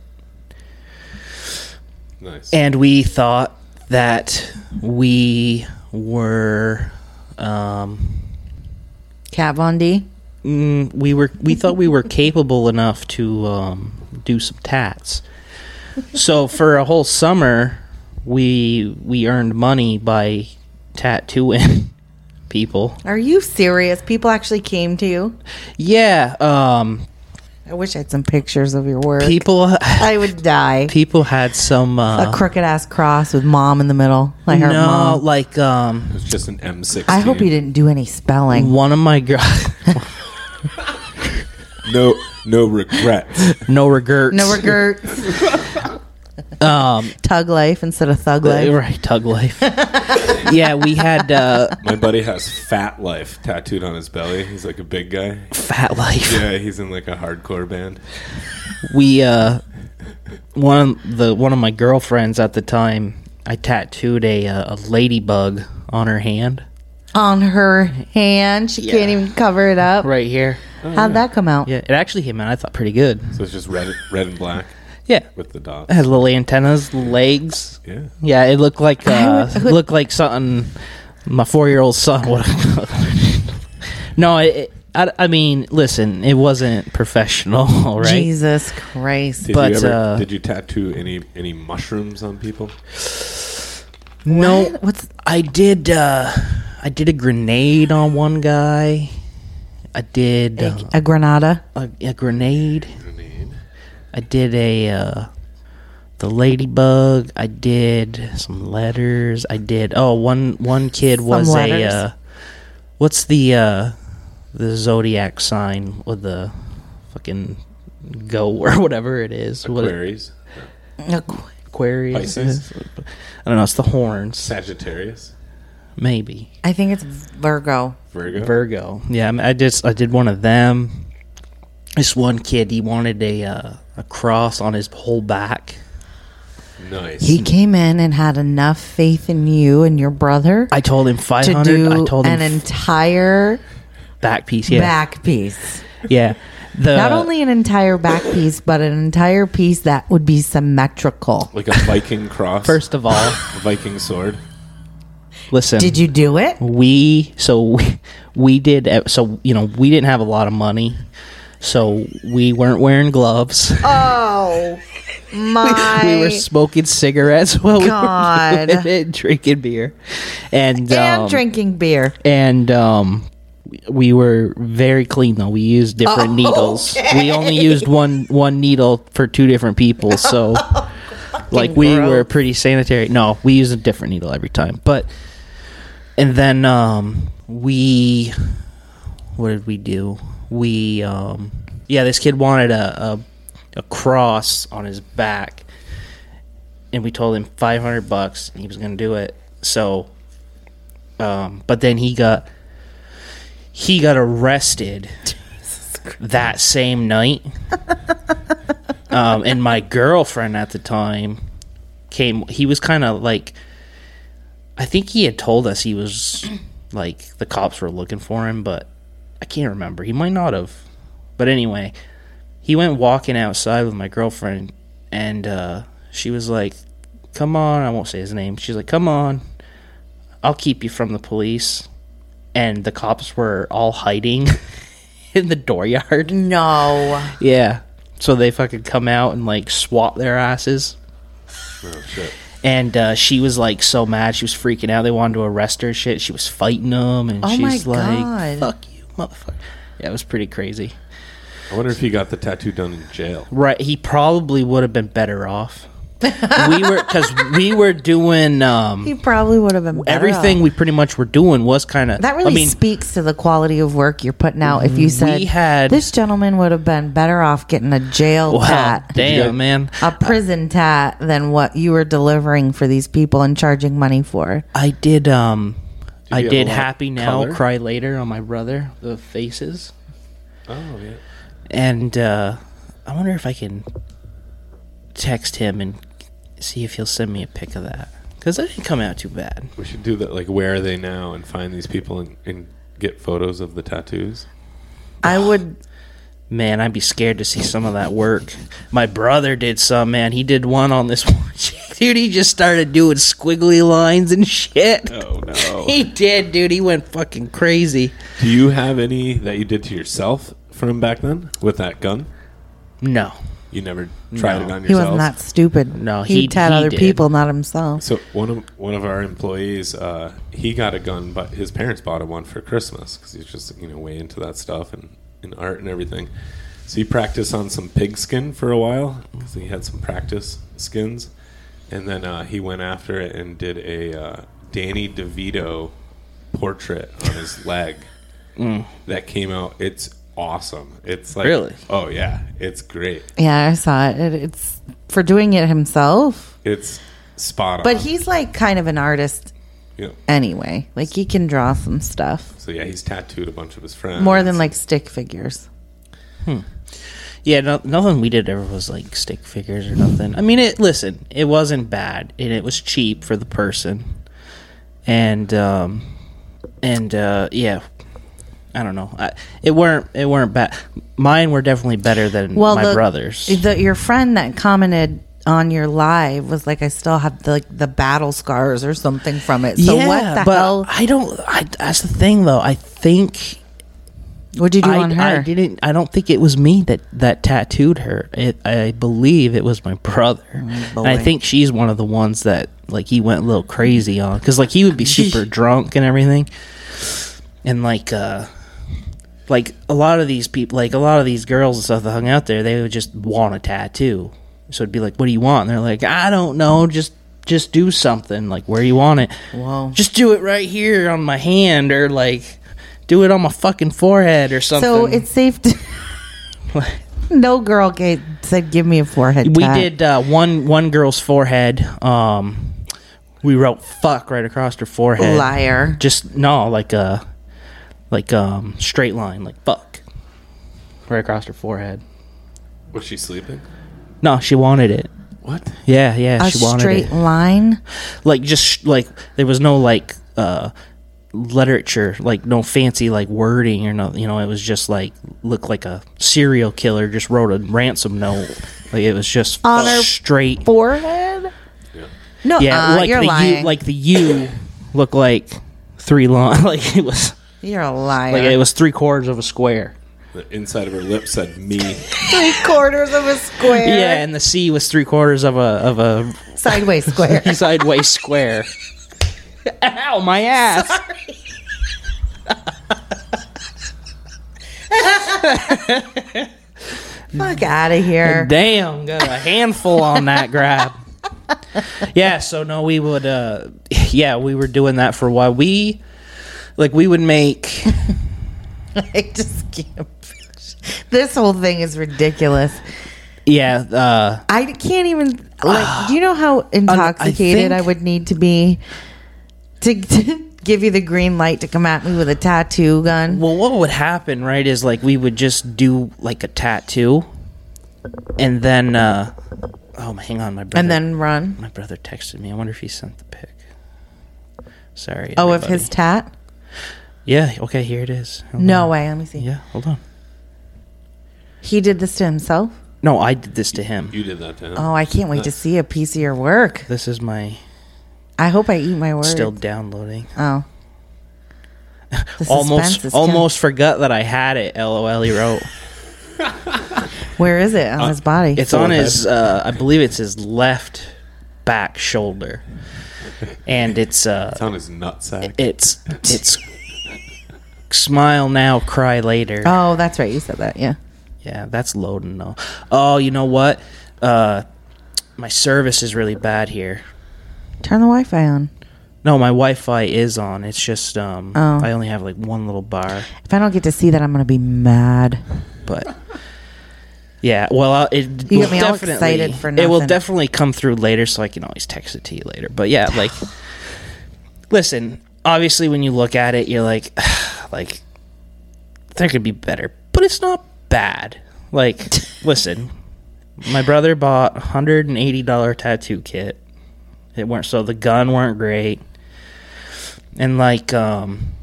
[SPEAKER 3] Nice.
[SPEAKER 1] and we thought that we were um,
[SPEAKER 2] Kat Von D.
[SPEAKER 1] mm, we were we thought we were capable enough to um, do some tats. So for a whole summer, we we earned money by tattooing people.
[SPEAKER 2] Are you serious? People actually came to you.
[SPEAKER 1] Yeah, um,
[SPEAKER 2] I wish I had some pictures of your work.
[SPEAKER 1] people
[SPEAKER 2] I would die.
[SPEAKER 1] people had some
[SPEAKER 2] a
[SPEAKER 1] uh,
[SPEAKER 2] crooked ass cross with mom in the middle, like her
[SPEAKER 1] no
[SPEAKER 2] mom.
[SPEAKER 1] like um,
[SPEAKER 3] it's just an M16.
[SPEAKER 2] I hope you didn't do any spelling.
[SPEAKER 1] one of my guys.
[SPEAKER 3] No, no regrets.
[SPEAKER 1] no regrets.
[SPEAKER 2] No regrets. um, Tug life instead of thug life.
[SPEAKER 1] Right, tug life. yeah, we had uh,
[SPEAKER 3] My buddy has Fat Life tattooed on his belly. He's like a big guy.
[SPEAKER 1] fat life.
[SPEAKER 3] Yeah, he's in like a hardcore band.
[SPEAKER 1] we uh one of the one of my girlfriends at the time i tattooed a uh, a ladybug on her hand
[SPEAKER 2] On her hand, she can't even cover it up.
[SPEAKER 1] right here
[SPEAKER 2] How'd that come out?
[SPEAKER 1] yeah it actually came out i thought pretty good
[SPEAKER 3] So it's just red, red and black
[SPEAKER 1] yeah
[SPEAKER 3] with the dots.
[SPEAKER 1] it had little antennas little legs
[SPEAKER 3] Yeah.
[SPEAKER 1] yeah it looked like uh
[SPEAKER 2] would- I would-
[SPEAKER 1] looked like something my four-year-old son would have no it, it- I, I mean listen it wasn't professional right
[SPEAKER 2] Jesus Christ.
[SPEAKER 3] Did
[SPEAKER 1] But,
[SPEAKER 3] you ever,
[SPEAKER 1] uh,
[SPEAKER 3] did you tattoo any any mushrooms on people?
[SPEAKER 1] no
[SPEAKER 2] What's
[SPEAKER 1] I did. Uh, I did a grenade on one guy. I did uh,
[SPEAKER 2] a granada?
[SPEAKER 1] a, a grenade. I did a uh, the ladybug. I did some letters. I did. Oh, one one kid was a.
[SPEAKER 2] letters.
[SPEAKER 1] Uh, what's the uh, the zodiac sign with the fucking go or whatever it is? What,
[SPEAKER 3] Aquarius,
[SPEAKER 1] Aquarius.
[SPEAKER 3] Pisces?
[SPEAKER 1] I don't know. It's the horns,
[SPEAKER 3] Sagittarius,
[SPEAKER 1] maybe.
[SPEAKER 2] I think it's Virgo.
[SPEAKER 3] Virgo.
[SPEAKER 1] Virgo. Yeah, I, mean, I just I did one of them. This one kid, he wanted a uh, a cross on his whole back.
[SPEAKER 3] nice.
[SPEAKER 2] He came in and had enough faith in you and your brother
[SPEAKER 1] I told him five
[SPEAKER 2] to
[SPEAKER 1] hundred. I
[SPEAKER 2] do
[SPEAKER 1] told him
[SPEAKER 2] an entire
[SPEAKER 1] f- back piece. Yeah,
[SPEAKER 2] back piece.
[SPEAKER 1] yeah. The,
[SPEAKER 2] Not only an entire back piece, but an entire piece that would be symmetrical.
[SPEAKER 3] like a Viking cross,
[SPEAKER 1] first of all,
[SPEAKER 3] a Viking sword.
[SPEAKER 1] listen.
[SPEAKER 2] Did you do it?
[SPEAKER 1] we so we, we did uh, so you know we didn't have a lot of money, so we weren't wearing gloves.
[SPEAKER 2] Oh my
[SPEAKER 1] we were smoking cigarettes while
[SPEAKER 2] God.
[SPEAKER 1] we were doing it, drinking beer, and
[SPEAKER 2] and
[SPEAKER 1] um,
[SPEAKER 2] drinking beer.
[SPEAKER 1] and um we were very clean though we used
[SPEAKER 2] Oh,
[SPEAKER 1] different needles we only used one one needle for two different people so
[SPEAKER 2] fucking
[SPEAKER 1] like we
[SPEAKER 2] gross.
[SPEAKER 1] were pretty sanitary. No, we use a different needle every time. But and then um we what did we do? We um yeah, this kid wanted a a, a cross on his back. And we told him 500 bucks and he was going to do it. So um but then he got he got arrested that same night. um, and my girlfriend at the time came. He was kind of like, I think he had told us he was like the cops were looking for him, but I can't remember. He might not have. But anyway, he went walking outside with my girlfriend, and uh, she was like, "Come on!" I won't say his name. She's like, "Come on, I'll keep you from the police." And the cops were all hiding in the dooryard.
[SPEAKER 2] No.
[SPEAKER 1] Yeah. So they fucking come out and like swat their asses.
[SPEAKER 3] Oh, shit.
[SPEAKER 1] And uh, she was like so mad, she was freaking out. They wanted to arrest her. and Shit, she was fighting them, and
[SPEAKER 2] Oh my
[SPEAKER 1] she's like,
[SPEAKER 2] God.
[SPEAKER 1] "Fuck you, motherfucker." Yeah, it was pretty crazy.
[SPEAKER 3] I wonder if he got the tattoo done in jail.
[SPEAKER 1] Right? He probably would have been better off. we were because we were doing um,
[SPEAKER 2] He probably would have been better
[SPEAKER 1] everything
[SPEAKER 2] off.
[SPEAKER 1] we pretty much were doing was kind of
[SPEAKER 2] That really
[SPEAKER 1] I mean,
[SPEAKER 2] speaks to the quality of work you're putting out. If you said
[SPEAKER 1] had-
[SPEAKER 2] this gentleman would have been better off getting a jail
[SPEAKER 1] wow,
[SPEAKER 2] tat,
[SPEAKER 1] damn man.
[SPEAKER 2] a prison tat, than what you were delivering for these people and charging money for.
[SPEAKER 1] I did. Um, I
[SPEAKER 3] you have
[SPEAKER 1] did
[SPEAKER 3] a lot of
[SPEAKER 1] happy now,
[SPEAKER 3] color?
[SPEAKER 1] cry later on my brother. The faces.
[SPEAKER 3] Oh yeah.
[SPEAKER 1] and uh, I wonder if I can text him and see if he'll send me a pic of that because that didn't come out too bad.
[SPEAKER 3] We should do that. Like, where are they now? And find these people and, and get photos of the tattoos.
[SPEAKER 2] I would.
[SPEAKER 1] Ah. Man, I'd be scared to see some of that work. My brother did some. Man, he did one on this one. chick. Dude, he just started doing squiggly lines and shit.
[SPEAKER 3] Oh no.
[SPEAKER 1] He did, dude. He went fucking crazy.
[SPEAKER 3] do you have any that you did to yourself from back then with that gun?
[SPEAKER 1] No,
[SPEAKER 3] You never tried it on yourself.
[SPEAKER 2] He wasn't that stupid.
[SPEAKER 1] No,
[SPEAKER 2] he,
[SPEAKER 1] he-
[SPEAKER 2] tat
[SPEAKER 1] he
[SPEAKER 2] other
[SPEAKER 1] did.
[SPEAKER 2] people, not himself.
[SPEAKER 3] So one of one of our employees, uh, he got a gun, but his parents bought him one for Christmas because he's just you know way into that stuff and, and art and everything. So he practiced on some pigskin for a while because he had some practice skins, and then uh, he went after it and did a uh, Danny DeVito portrait on his leg that came out. It's awesome. It's like
[SPEAKER 1] Really?
[SPEAKER 3] oh yeah, it's great.
[SPEAKER 2] Yeah, I saw it. it. It's for doing it himself,
[SPEAKER 3] It's spot on.
[SPEAKER 2] but he's like kind of an artist
[SPEAKER 3] Yeah.
[SPEAKER 2] anyway. Like he can draw some stuff
[SPEAKER 3] so yeah, he's tattooed a bunch of his friends
[SPEAKER 2] more than like stick figures.
[SPEAKER 1] yeah, no, nothing we did ever was like stick figures or nothing. I mean, it. Listen, it wasn't bad, and it was cheap for the person. and um and uh yeah i don't know I, it weren't it weren't bad mine were definitely better than
[SPEAKER 2] Well,
[SPEAKER 1] my
[SPEAKER 2] the-
[SPEAKER 1] brothers
[SPEAKER 2] The, your friend that commented on your live was like, "I still have the like, the battle scars or something from it." So what the
[SPEAKER 1] but
[SPEAKER 2] hell?
[SPEAKER 1] i don't I, that's the thing though i think
[SPEAKER 2] What'd you do
[SPEAKER 1] I,
[SPEAKER 2] on her?
[SPEAKER 1] I didn't i don't think it was me that that tattooed her it, i believe it was my brother and i
[SPEAKER 2] Oh, boy.
[SPEAKER 1] think she's one of the ones that like he went a little crazy on because like he would be super drunk and everything and like uh like a lot of these people like a lot of these girls and stuff that hung out there they would just want a tattoo so it'd be like what do you want and they're like i don't know just just do something like where you want it
[SPEAKER 2] Whoa.
[SPEAKER 1] just do it right here on my hand or like do it on my fucking forehead or something
[SPEAKER 2] so it's safe. to... no girl gate said, "Give me a forehead."
[SPEAKER 1] we
[SPEAKER 2] tat."
[SPEAKER 1] did uh, one one girl's forehead um we wrote fuck right across her forehead
[SPEAKER 2] liar.
[SPEAKER 1] just no like a like um straight line like fuck right across her forehead
[SPEAKER 3] Was she sleeping?
[SPEAKER 1] no she wanted it
[SPEAKER 3] What?
[SPEAKER 1] Yeah, yeah,
[SPEAKER 2] A
[SPEAKER 1] she wanted
[SPEAKER 2] straight
[SPEAKER 1] it.
[SPEAKER 2] line.
[SPEAKER 1] Like just like there was no like uh literature, like no fancy like wording or no, you know, it was just like looked like a serial killer just wrote a ransom note. Like it was just
[SPEAKER 2] On her
[SPEAKER 1] straight.
[SPEAKER 2] Forehead.
[SPEAKER 3] Yeah.
[SPEAKER 2] No,
[SPEAKER 1] yeah,
[SPEAKER 2] uh,
[SPEAKER 1] like
[SPEAKER 2] you're
[SPEAKER 1] the
[SPEAKER 2] lying.
[SPEAKER 1] U, like the U looked like three long like it was
[SPEAKER 2] you're a liar.
[SPEAKER 1] like it was three quarters of a square.
[SPEAKER 3] The inside of her lip said me.
[SPEAKER 2] three quarters of a square.
[SPEAKER 1] Yeah, and the C was three quarters of a of a
[SPEAKER 2] sideways square.
[SPEAKER 1] sideways square. Ow, my ass.
[SPEAKER 2] Fuck out of here.
[SPEAKER 1] Damn, got a handful on that grab. yeah, so no, we would. Uh, yeah, we were doing that for a while. We like we would make.
[SPEAKER 2] I just can't. This whole thing is ridiculous.
[SPEAKER 1] Yeah, uh,
[SPEAKER 2] I can't even. Like, do you know how intoxicated I,
[SPEAKER 1] think-
[SPEAKER 2] would need to be to, to give you the green light to come at me with a tattoo gun?
[SPEAKER 1] well, what would happen, right? Is like we would just do like a tattoo, and then. Uh, oh, hang on, my brother.
[SPEAKER 2] And then run.
[SPEAKER 1] my brother texted me. I wonder if he sent the pic. Sorry.
[SPEAKER 2] Oh, if
[SPEAKER 1] everybody.
[SPEAKER 2] his tat?
[SPEAKER 1] Yeah. Okay. Here it is. Hold
[SPEAKER 2] No
[SPEAKER 1] on.
[SPEAKER 2] way. Let me see.
[SPEAKER 1] Yeah. Hold on.
[SPEAKER 2] He did this to himself.
[SPEAKER 1] No, I did this to him.
[SPEAKER 3] You did that to him.
[SPEAKER 2] Oh, I can't wait to see a piece of your work.
[SPEAKER 1] This is my
[SPEAKER 2] I hope I eat my words.
[SPEAKER 1] still downloading.
[SPEAKER 2] Oh. The suspense is
[SPEAKER 1] almost,
[SPEAKER 2] killing-
[SPEAKER 1] almost forgot that I had it. LOL. He wrote.
[SPEAKER 2] Where is it on his body?
[SPEAKER 1] Uh, It's on his. Uh, I believe it's his left back shoulder, and it's. Uh,
[SPEAKER 3] It's on his nutsack.
[SPEAKER 1] it's. It's. Smile now, cry later.
[SPEAKER 2] oh, that's right. You said that. Yeah.
[SPEAKER 1] Yeah, that's loading though. Oh, you know what? Uh, my service is really bad here.
[SPEAKER 2] Turn the Wi-Fi on.
[SPEAKER 1] No, my Wi-Fi is on. It's just um,
[SPEAKER 2] Oh.
[SPEAKER 1] I only have like one little bar,
[SPEAKER 2] If I don't get to see that, I'm gonna be mad.
[SPEAKER 1] but yeah. Well, I'll, it
[SPEAKER 2] You
[SPEAKER 1] will
[SPEAKER 2] get me all
[SPEAKER 1] definitely
[SPEAKER 2] excited for
[SPEAKER 1] it will
[SPEAKER 2] nothing.
[SPEAKER 1] definitely come through later, so I can always text it to you later. But yeah, like, listen. Obviously, when you look at it, you're like, like there could be better, but it's not bad. Like, listen, my brother bought a hundred and eighty dollar tattoo kit. It weren't so the gun weren't great, and like um,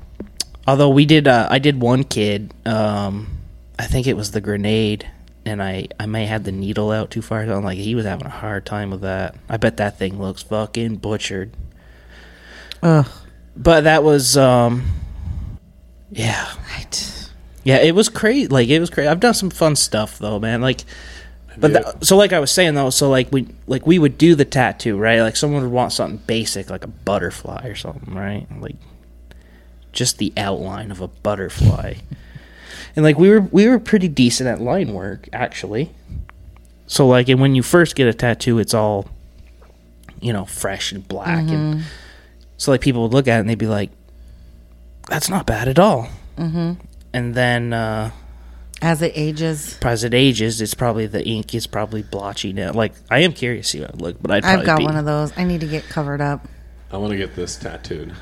[SPEAKER 1] although we did uh, I did one kid. Um, I think it was the grenade, and I I may have the needle out too far. So I'm like he was having a hard time with that. I bet that thing looks fucking butchered.
[SPEAKER 2] Ugh.
[SPEAKER 1] But that was um, yeah.
[SPEAKER 2] Right.
[SPEAKER 1] Yeah, it was crazy. Like it was crazy. I've done some fun stuff though, man. Like, but
[SPEAKER 3] Yeah.
[SPEAKER 1] tha- so like I was saying though, so like we like we would do the tattoo, right? Like someone would want something basic, like a butterfly or something, right? Like just the outline of a butterfly. and like we were we were pretty decent at line work actually. So like, and when you first get a tattoo, it's all you know fresh and black, and so like people would look at it and they'd be like, "That's not bad at all."
[SPEAKER 2] Mm-hmm.
[SPEAKER 1] and then uh,
[SPEAKER 2] As it ages,
[SPEAKER 1] as it ages, it's probably the ink is probably blotchy now. Like I am curious to see how it look, but I'd probably
[SPEAKER 2] I've got
[SPEAKER 1] be-
[SPEAKER 2] one of those. I need to get covered up.
[SPEAKER 3] I want to get this tattooed.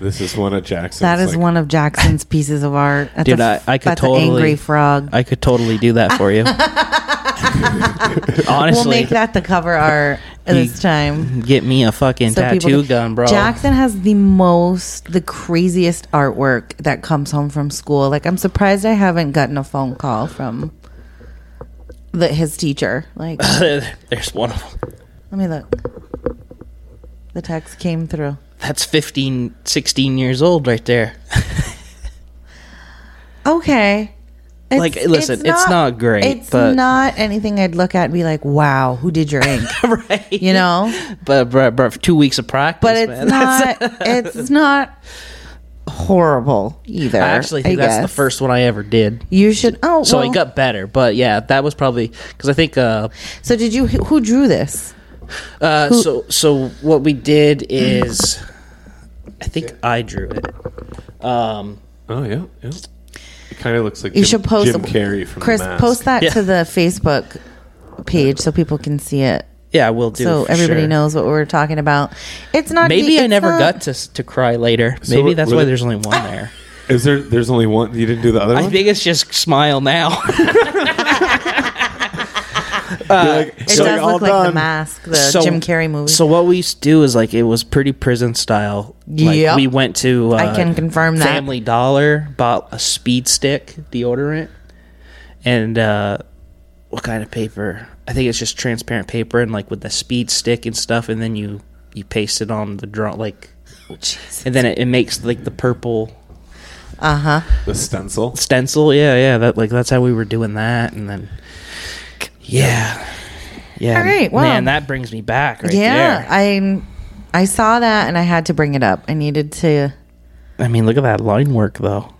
[SPEAKER 3] this is one of Jackson's.
[SPEAKER 2] That is
[SPEAKER 3] like,
[SPEAKER 2] one of Jackson's pieces of art. That's
[SPEAKER 1] Dude,
[SPEAKER 2] a
[SPEAKER 1] I-
[SPEAKER 2] f-
[SPEAKER 1] I could
[SPEAKER 2] that's
[SPEAKER 1] totally-
[SPEAKER 2] an angry frog.
[SPEAKER 1] I could totally do that for you. Honestly,
[SPEAKER 2] we'll make that the cover art this time.
[SPEAKER 1] get me a fucking
[SPEAKER 2] So people
[SPEAKER 1] tattoo
[SPEAKER 2] can-
[SPEAKER 1] gun, bro.
[SPEAKER 2] Jackson has the most, the craziest artwork that comes home from school. Like I'm surprised I haven't gotten a phone call from the his teacher. Like, let
[SPEAKER 1] There's one of them.
[SPEAKER 2] me look. The text came through.
[SPEAKER 1] That's 15, 16 years old right there.
[SPEAKER 2] Okay. It's-
[SPEAKER 1] Like, listen, it's not great,
[SPEAKER 2] It's
[SPEAKER 1] but-
[SPEAKER 2] not anything I'd look at and be like, "Wow, who did your ink?"
[SPEAKER 1] right.
[SPEAKER 2] You know.
[SPEAKER 1] But, bro, bro, two weeks of practice,
[SPEAKER 2] but it's
[SPEAKER 1] man.
[SPEAKER 2] not it's not horrible either.
[SPEAKER 1] I actually think that's the
[SPEAKER 2] guess.
[SPEAKER 1] first one I ever did.
[SPEAKER 2] You should. Oh,
[SPEAKER 1] So
[SPEAKER 2] well,
[SPEAKER 1] it got better, but yeah, that was probably because I think uh,
[SPEAKER 2] So did you? Who drew this?
[SPEAKER 1] Uh, so so what we did is, I think I drew it. Um,
[SPEAKER 3] Oh yeah, yeah. It kind of looks like
[SPEAKER 2] You should post
[SPEAKER 3] Jim Carrey from
[SPEAKER 2] Chris.
[SPEAKER 3] the mask.
[SPEAKER 2] Post that
[SPEAKER 1] Yeah.
[SPEAKER 2] to the Facebook page so people can see it.
[SPEAKER 1] yeah, I will do.
[SPEAKER 2] So
[SPEAKER 1] for
[SPEAKER 2] everybody
[SPEAKER 1] sure.
[SPEAKER 2] knows what we're talking about. It's not. e-
[SPEAKER 1] Maybe
[SPEAKER 2] it's
[SPEAKER 1] I never
[SPEAKER 2] not-
[SPEAKER 1] got to s- to cry later. Maybe
[SPEAKER 3] were-
[SPEAKER 1] that's
[SPEAKER 3] were
[SPEAKER 1] why
[SPEAKER 3] the-
[SPEAKER 1] there's only one there.
[SPEAKER 3] Is there? There's only one. You didn't do the other
[SPEAKER 1] I
[SPEAKER 3] one.
[SPEAKER 1] think it's just smile now.
[SPEAKER 3] You're like,
[SPEAKER 2] It
[SPEAKER 3] you're
[SPEAKER 2] does
[SPEAKER 3] all
[SPEAKER 2] look like the
[SPEAKER 3] done.
[SPEAKER 2] mask, the
[SPEAKER 1] So-
[SPEAKER 2] Jim Carrey movie.
[SPEAKER 1] So what we used to do is like it was pretty prison style. Like
[SPEAKER 2] Yep.
[SPEAKER 1] we went to uh,
[SPEAKER 2] I can confirm that.
[SPEAKER 1] Family Dollar bought a Speed Stick deodorant and uh, what kind of paper? I think it's just transparent paper and like with the Speed Stick and stuff, and then you you paste it on the draw like, and then it, it makes like the purple
[SPEAKER 2] Uh huh.
[SPEAKER 3] The stencil.
[SPEAKER 1] stencil. Yeah, yeah. That like that's how we were doing that, and then yeah. Yeah,
[SPEAKER 2] All right, wow.
[SPEAKER 1] man, that brings me back right
[SPEAKER 2] yeah,
[SPEAKER 1] there.
[SPEAKER 2] I I saw that and I had to bring it up. I needed to
[SPEAKER 1] I mean, look at that line work, though.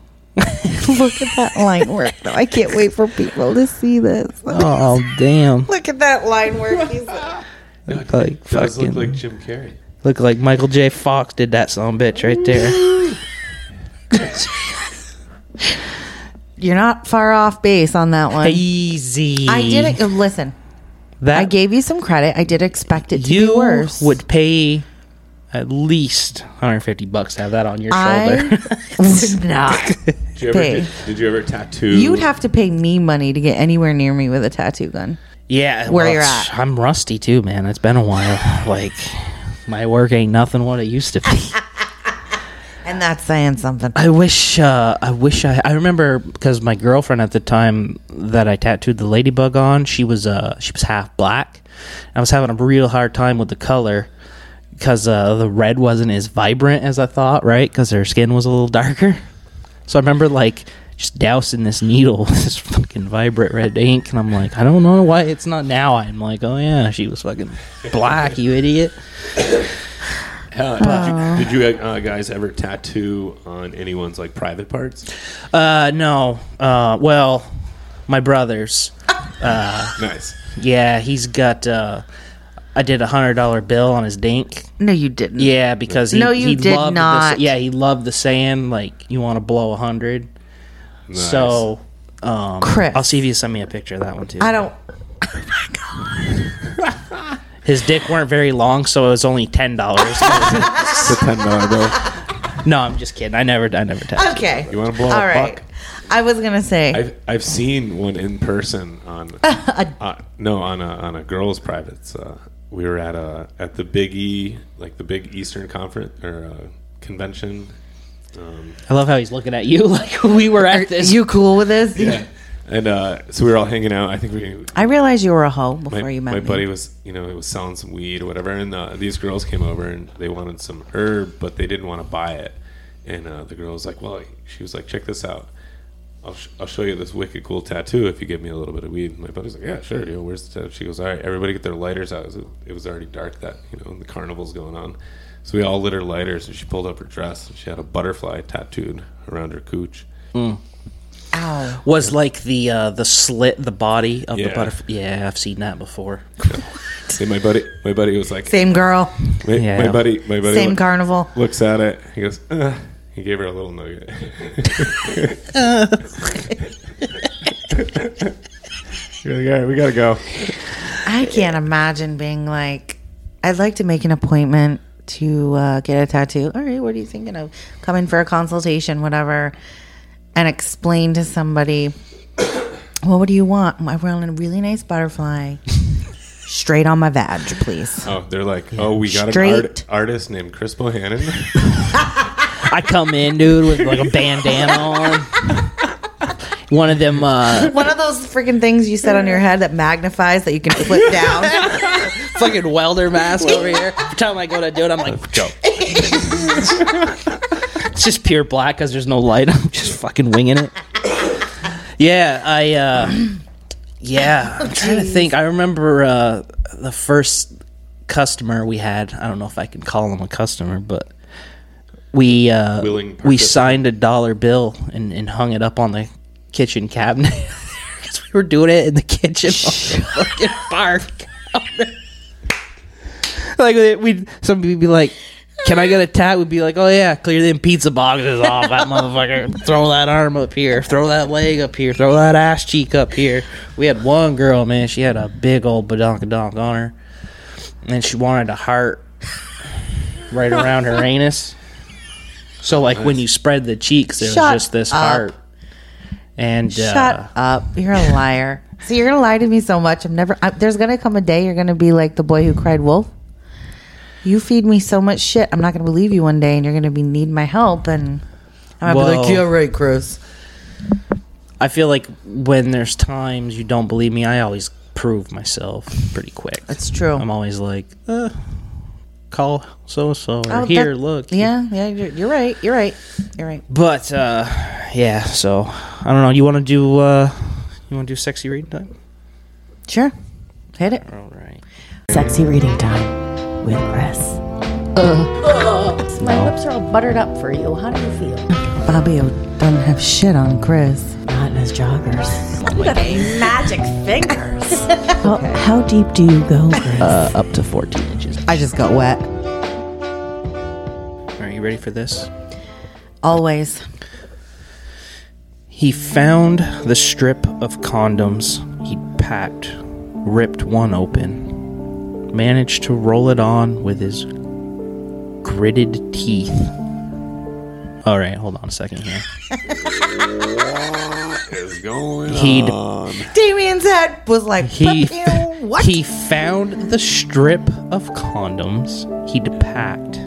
[SPEAKER 2] look at that line work though. I can't wait for people to see this.
[SPEAKER 1] Oh, damn.
[SPEAKER 2] Look at that line work. He's
[SPEAKER 3] No, it
[SPEAKER 1] Like
[SPEAKER 3] does
[SPEAKER 1] fucking
[SPEAKER 3] look like Jim Carrey.
[SPEAKER 1] Look like Michael J. Fox did that song, bitch, right there.
[SPEAKER 2] You're not far off base on that one.
[SPEAKER 1] Easy.
[SPEAKER 2] I did not listen.
[SPEAKER 1] That
[SPEAKER 2] I gave you some credit. I did expect it to
[SPEAKER 1] you
[SPEAKER 2] be worse.
[SPEAKER 1] would pay at least 150 bucks to have that on your
[SPEAKER 2] I
[SPEAKER 1] shoulder.
[SPEAKER 2] would not.
[SPEAKER 3] Did you ever,
[SPEAKER 2] Pay.
[SPEAKER 3] did, did you ever tattoo?
[SPEAKER 2] You'd have to pay me money to get anywhere near me with a tattoo gun.
[SPEAKER 1] yeah,
[SPEAKER 2] Where you're
[SPEAKER 1] it's-
[SPEAKER 2] at.
[SPEAKER 1] I'm rusty too, man. It's been a while. like my work ain't nothing what it used to be.
[SPEAKER 2] And that's saying something.
[SPEAKER 1] I wish. Uh, I wish. I. I remember because my girlfriend at the time that I tattooed the ladybug on, she was. Uh, she was half black. I was having a real hard time with the color because uh, the red wasn't as vibrant as I thought. Right? Because her skin was a little darker. So I remember like just dousing this needle with this fucking vibrant red ink, and I'm like, I don't know why it's not now. I'm like, oh yeah, she was fucking black, you idiot.
[SPEAKER 2] Oh.
[SPEAKER 3] Uh, did you, did you uh, guys ever tattoo on anyone's like private parts?
[SPEAKER 1] Uh, no. Uh, well, my brothers.
[SPEAKER 3] Nice.
[SPEAKER 1] Yeah, he's got. Uh, I did a hundred dollar bill on his dink.
[SPEAKER 2] no, you didn't.
[SPEAKER 1] Yeah, because he,
[SPEAKER 2] No, you
[SPEAKER 1] he
[SPEAKER 2] did
[SPEAKER 1] loved
[SPEAKER 2] not.
[SPEAKER 1] The, yeah, he loved the saying like you want to blow a hundred.
[SPEAKER 3] Nice.
[SPEAKER 1] So, um,
[SPEAKER 2] Chris.
[SPEAKER 1] I'll see if you send me a picture of that one too.
[SPEAKER 2] I don't.
[SPEAKER 1] His dick weren't very long, so it was only ten dollars.
[SPEAKER 3] it's a ten dollar bill.
[SPEAKER 1] no, I'm just kidding. I never, I never touched.
[SPEAKER 2] Okay.
[SPEAKER 3] You wanna blow a
[SPEAKER 2] All right.
[SPEAKER 3] buck?
[SPEAKER 2] I was gonna say
[SPEAKER 3] I've I've seen one in person on uh, no on a on a girls' privates. Uh, we were at a at the Big E like the Big Eastern Conference or uh, convention.
[SPEAKER 1] I love how he's looking at you like we were at this.
[SPEAKER 2] you cool with this.
[SPEAKER 3] and uh, so we were all hanging out. I think we
[SPEAKER 2] I realized you were a hoe before
[SPEAKER 3] my,
[SPEAKER 2] you met
[SPEAKER 3] my
[SPEAKER 2] me.
[SPEAKER 3] buddy was you know he was selling some weed or whatever and uh, these girls came over and they wanted some herb but they didn't want to buy it and uh, the girl was like well she was like check this out I'll, sh- I'll show you this wicked cool tattoo if you give me a little bit of weed. And my buddy's like, yeah, sure. You know, where's the tattoo? She goes, all right, everybody get their lighters out. It was, it was already dark that, you know, the carnival's going on. So we all lit her lighters and she pulled up her dress and she had a butterfly tattooed around her cooch.
[SPEAKER 2] Ow.
[SPEAKER 1] was like the uh, the slit, the body of the
[SPEAKER 3] Yeah.
[SPEAKER 1] butterfly. Yeah, I've seen that before.
[SPEAKER 3] And my buddy, my buddy was like,
[SPEAKER 2] Same girl,
[SPEAKER 3] my,
[SPEAKER 1] Yeah.
[SPEAKER 3] my buddy, my buddy.
[SPEAKER 2] same
[SPEAKER 3] looked-
[SPEAKER 2] carnival.
[SPEAKER 3] looks at it. He goes, Ugh. he gave her a little nugget. You're like, all right, we gotta go.
[SPEAKER 2] I can't imagine being like, I'd like to make an appointment to uh, get a tattoo. All right, what are you thinking of? Come in for a consultation, whatever, and explain to somebody, well, what do you want? I want a really nice butterfly straight on my vag, please.
[SPEAKER 3] Oh, they're like, oh, we got an
[SPEAKER 2] Straight.
[SPEAKER 3] art- artist named Chris Bohannon.
[SPEAKER 1] I come in, dude, with like a bandana on. One of them, uh,
[SPEAKER 2] One of those freaking things you set on your head that magnifies that you can flip down.
[SPEAKER 1] fucking welder mask over here. Every time I go to do it, I'm like,
[SPEAKER 3] go.
[SPEAKER 1] it's just pure black because there's no light. I'm just fucking winging it. Yeah, I, uh, yeah, I'm trying to think. I remember uh, the first customer we had. I don't know if I can call him a customer, but we uh,
[SPEAKER 3] Willing
[SPEAKER 1] we
[SPEAKER 3] participant.
[SPEAKER 1] signed a dollar bill and, and hung it up on the kitchen cabinet. 'Cause we were doing it in the kitchen on the fucking bar counter. like we we'd- somebody would be like, "Can I get a tat?" We'd be like, "Oh yeah, clear them pizza boxes off that motherfucker. Throw that arm up here. Throw that leg up here. Throw that ass cheek up here." We had one girl, man. She had a big old badonkadonk on her, and she wanted a heart right around her anus. So like when you spread the cheeks, there
[SPEAKER 2] Shut
[SPEAKER 1] was just this
[SPEAKER 2] up.
[SPEAKER 1] heart. And uh,
[SPEAKER 2] Shut up. You're a liar. So you're gonna lie to me so much. I'm never. I, there's gonna come a day you're gonna be like the boy who cried wolf. You feed me so much shit. I'm not gonna believe you one day, and you're gonna be need my help. And I'm gonna be like,
[SPEAKER 1] Whoa.
[SPEAKER 2] yeah, right, Chris.
[SPEAKER 1] I feel like when there's times you don't believe me, I always prove myself pretty quick.
[SPEAKER 2] That's true.
[SPEAKER 1] I'm always like, uh, call so and so
[SPEAKER 2] Oh,
[SPEAKER 1] or here,
[SPEAKER 2] that-
[SPEAKER 1] look.
[SPEAKER 2] Yeah, yeah. You're, you're right. You're right. You're right.
[SPEAKER 1] But uh, yeah, so I don't know. You want to do uh, you want to do sexy reading time?
[SPEAKER 2] Sure. Hit it.
[SPEAKER 1] All right.
[SPEAKER 4] Sexy reading time with Chris. Uh. My lips are all buttered up for you. How do you feel?
[SPEAKER 2] Bobby O doesn't have shit on Chris.
[SPEAKER 4] Not in his joggers.
[SPEAKER 5] Magic fingers.
[SPEAKER 4] How, how deep do you go, Grace?
[SPEAKER 1] Uh, up to 14 inches.
[SPEAKER 6] I just got wet.
[SPEAKER 1] Are you ready for this?
[SPEAKER 2] Always.
[SPEAKER 1] He found the strip of condoms he'd packed, ripped one open, managed to roll it on with his gritted teeth. All right, hold on a second here.
[SPEAKER 3] Is going
[SPEAKER 1] He'd
[SPEAKER 2] Damien's head was like,
[SPEAKER 1] he
[SPEAKER 2] what?
[SPEAKER 1] he found the strip of condoms he'd packed,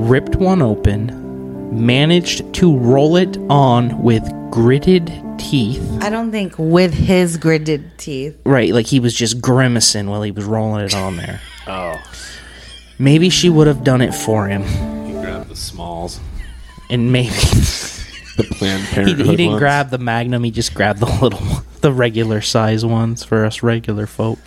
[SPEAKER 1] ripped one open, managed to roll it on with gritted teeth.
[SPEAKER 2] I don't think with his gritted teeth.
[SPEAKER 1] Right, like he was just grimacing while he was rolling it on there. oh. Maybe she would have done it for him.
[SPEAKER 3] He grabbed the smalls.
[SPEAKER 1] And maybe
[SPEAKER 3] The Planned
[SPEAKER 1] he,
[SPEAKER 3] Parenthood.
[SPEAKER 1] he didn't
[SPEAKER 3] ones.
[SPEAKER 1] grab the magnum, he just grabbed the little the regular size ones for us regular folk.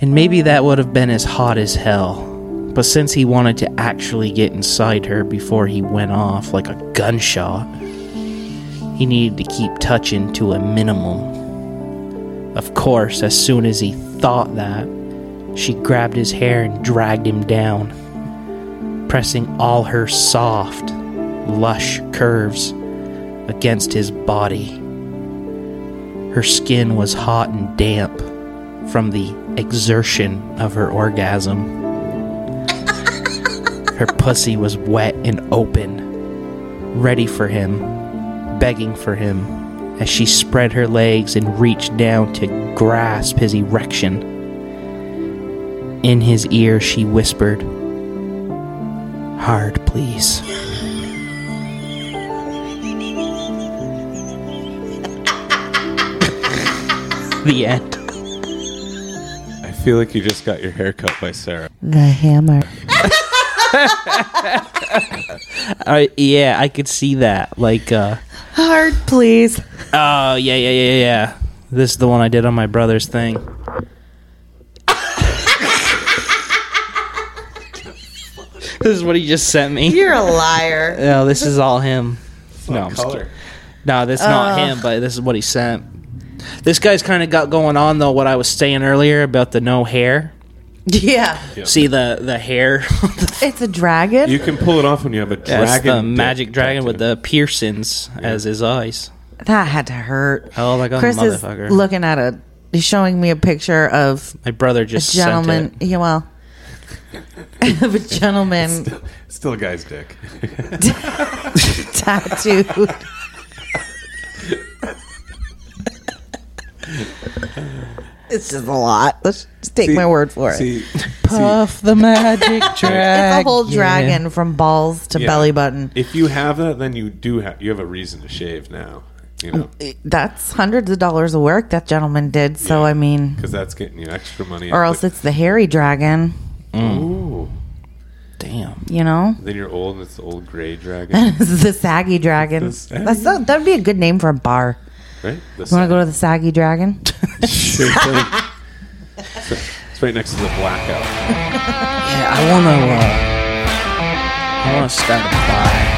[SPEAKER 1] and maybe that would have been as hot as hell. But since he wanted to actually get inside her before he went off like a gunshot, he needed to keep touching to a minimum. Of course, as soon as he thought that, she grabbed his hair and dragged him down, pressing all her soft, lush curves against his body. Her skin was hot and damp from the exertion of her orgasm. Her pussy was wet and open, ready for him, begging for him, as she spread her legs and reached down to grasp his erection. In his ear, she whispered, Hard, please. the end.
[SPEAKER 3] I feel like you just got your hair cut by Sarah.
[SPEAKER 6] The hammer.
[SPEAKER 1] I yeah, I could see that. Like, uh,
[SPEAKER 2] Hard, please.
[SPEAKER 1] oh yeah, yeah, yeah, yeah. This is the one I did on my brother's thing. this is what he just sent me.
[SPEAKER 2] You're a liar.
[SPEAKER 1] No, this is all him. Uh. No, I'm just kidding. no, that's not him. But this is what he sent. This guy's kind of got going on though. What I was saying earlier about the no hair.
[SPEAKER 2] Yeah.
[SPEAKER 1] See the the hair,
[SPEAKER 2] It's a dragon.
[SPEAKER 3] You can pull it off when you have a
[SPEAKER 1] That's
[SPEAKER 3] dragon.
[SPEAKER 1] the
[SPEAKER 3] dick
[SPEAKER 1] magic dragon with
[SPEAKER 3] tattoo.
[SPEAKER 1] the piercings as his eyes.
[SPEAKER 2] that had to hurt.
[SPEAKER 1] Oh my god,
[SPEAKER 2] Chris is
[SPEAKER 1] motherfucker!
[SPEAKER 2] looking at a. He's showing me a picture of
[SPEAKER 1] my brother
[SPEAKER 2] a
[SPEAKER 1] just
[SPEAKER 2] gentleman.
[SPEAKER 1] Sent it.
[SPEAKER 2] Yeah, well, of a gentleman
[SPEAKER 3] Still a guy's dick.
[SPEAKER 2] tattooed. it's just a lot. Let's just take my word for it.
[SPEAKER 3] See,
[SPEAKER 1] Puff the magic
[SPEAKER 2] it's a
[SPEAKER 1] dragon.
[SPEAKER 2] whole dragon from balls to
[SPEAKER 3] Yeah.
[SPEAKER 2] belly button.
[SPEAKER 3] if you have that, then you do have you have a reason to shave now. You know,
[SPEAKER 2] That's hundreds of dollars of work that gentleman did. So I mean,
[SPEAKER 3] because that's getting you extra money.
[SPEAKER 2] or else it's the hairy dragon.
[SPEAKER 3] Ooh.
[SPEAKER 1] Damn.
[SPEAKER 2] You know,
[SPEAKER 3] Then you're old, and it's the old gray dragon,
[SPEAKER 2] this is the saggy dragon.
[SPEAKER 3] The saggy-
[SPEAKER 2] That's not, that'd be a good name for a bar.
[SPEAKER 3] right? The
[SPEAKER 2] You want to go to the saggy dragon?
[SPEAKER 3] same thing. It's right next to the blackout.
[SPEAKER 1] Yeah, I wanna. Uh, I wanna start a fire.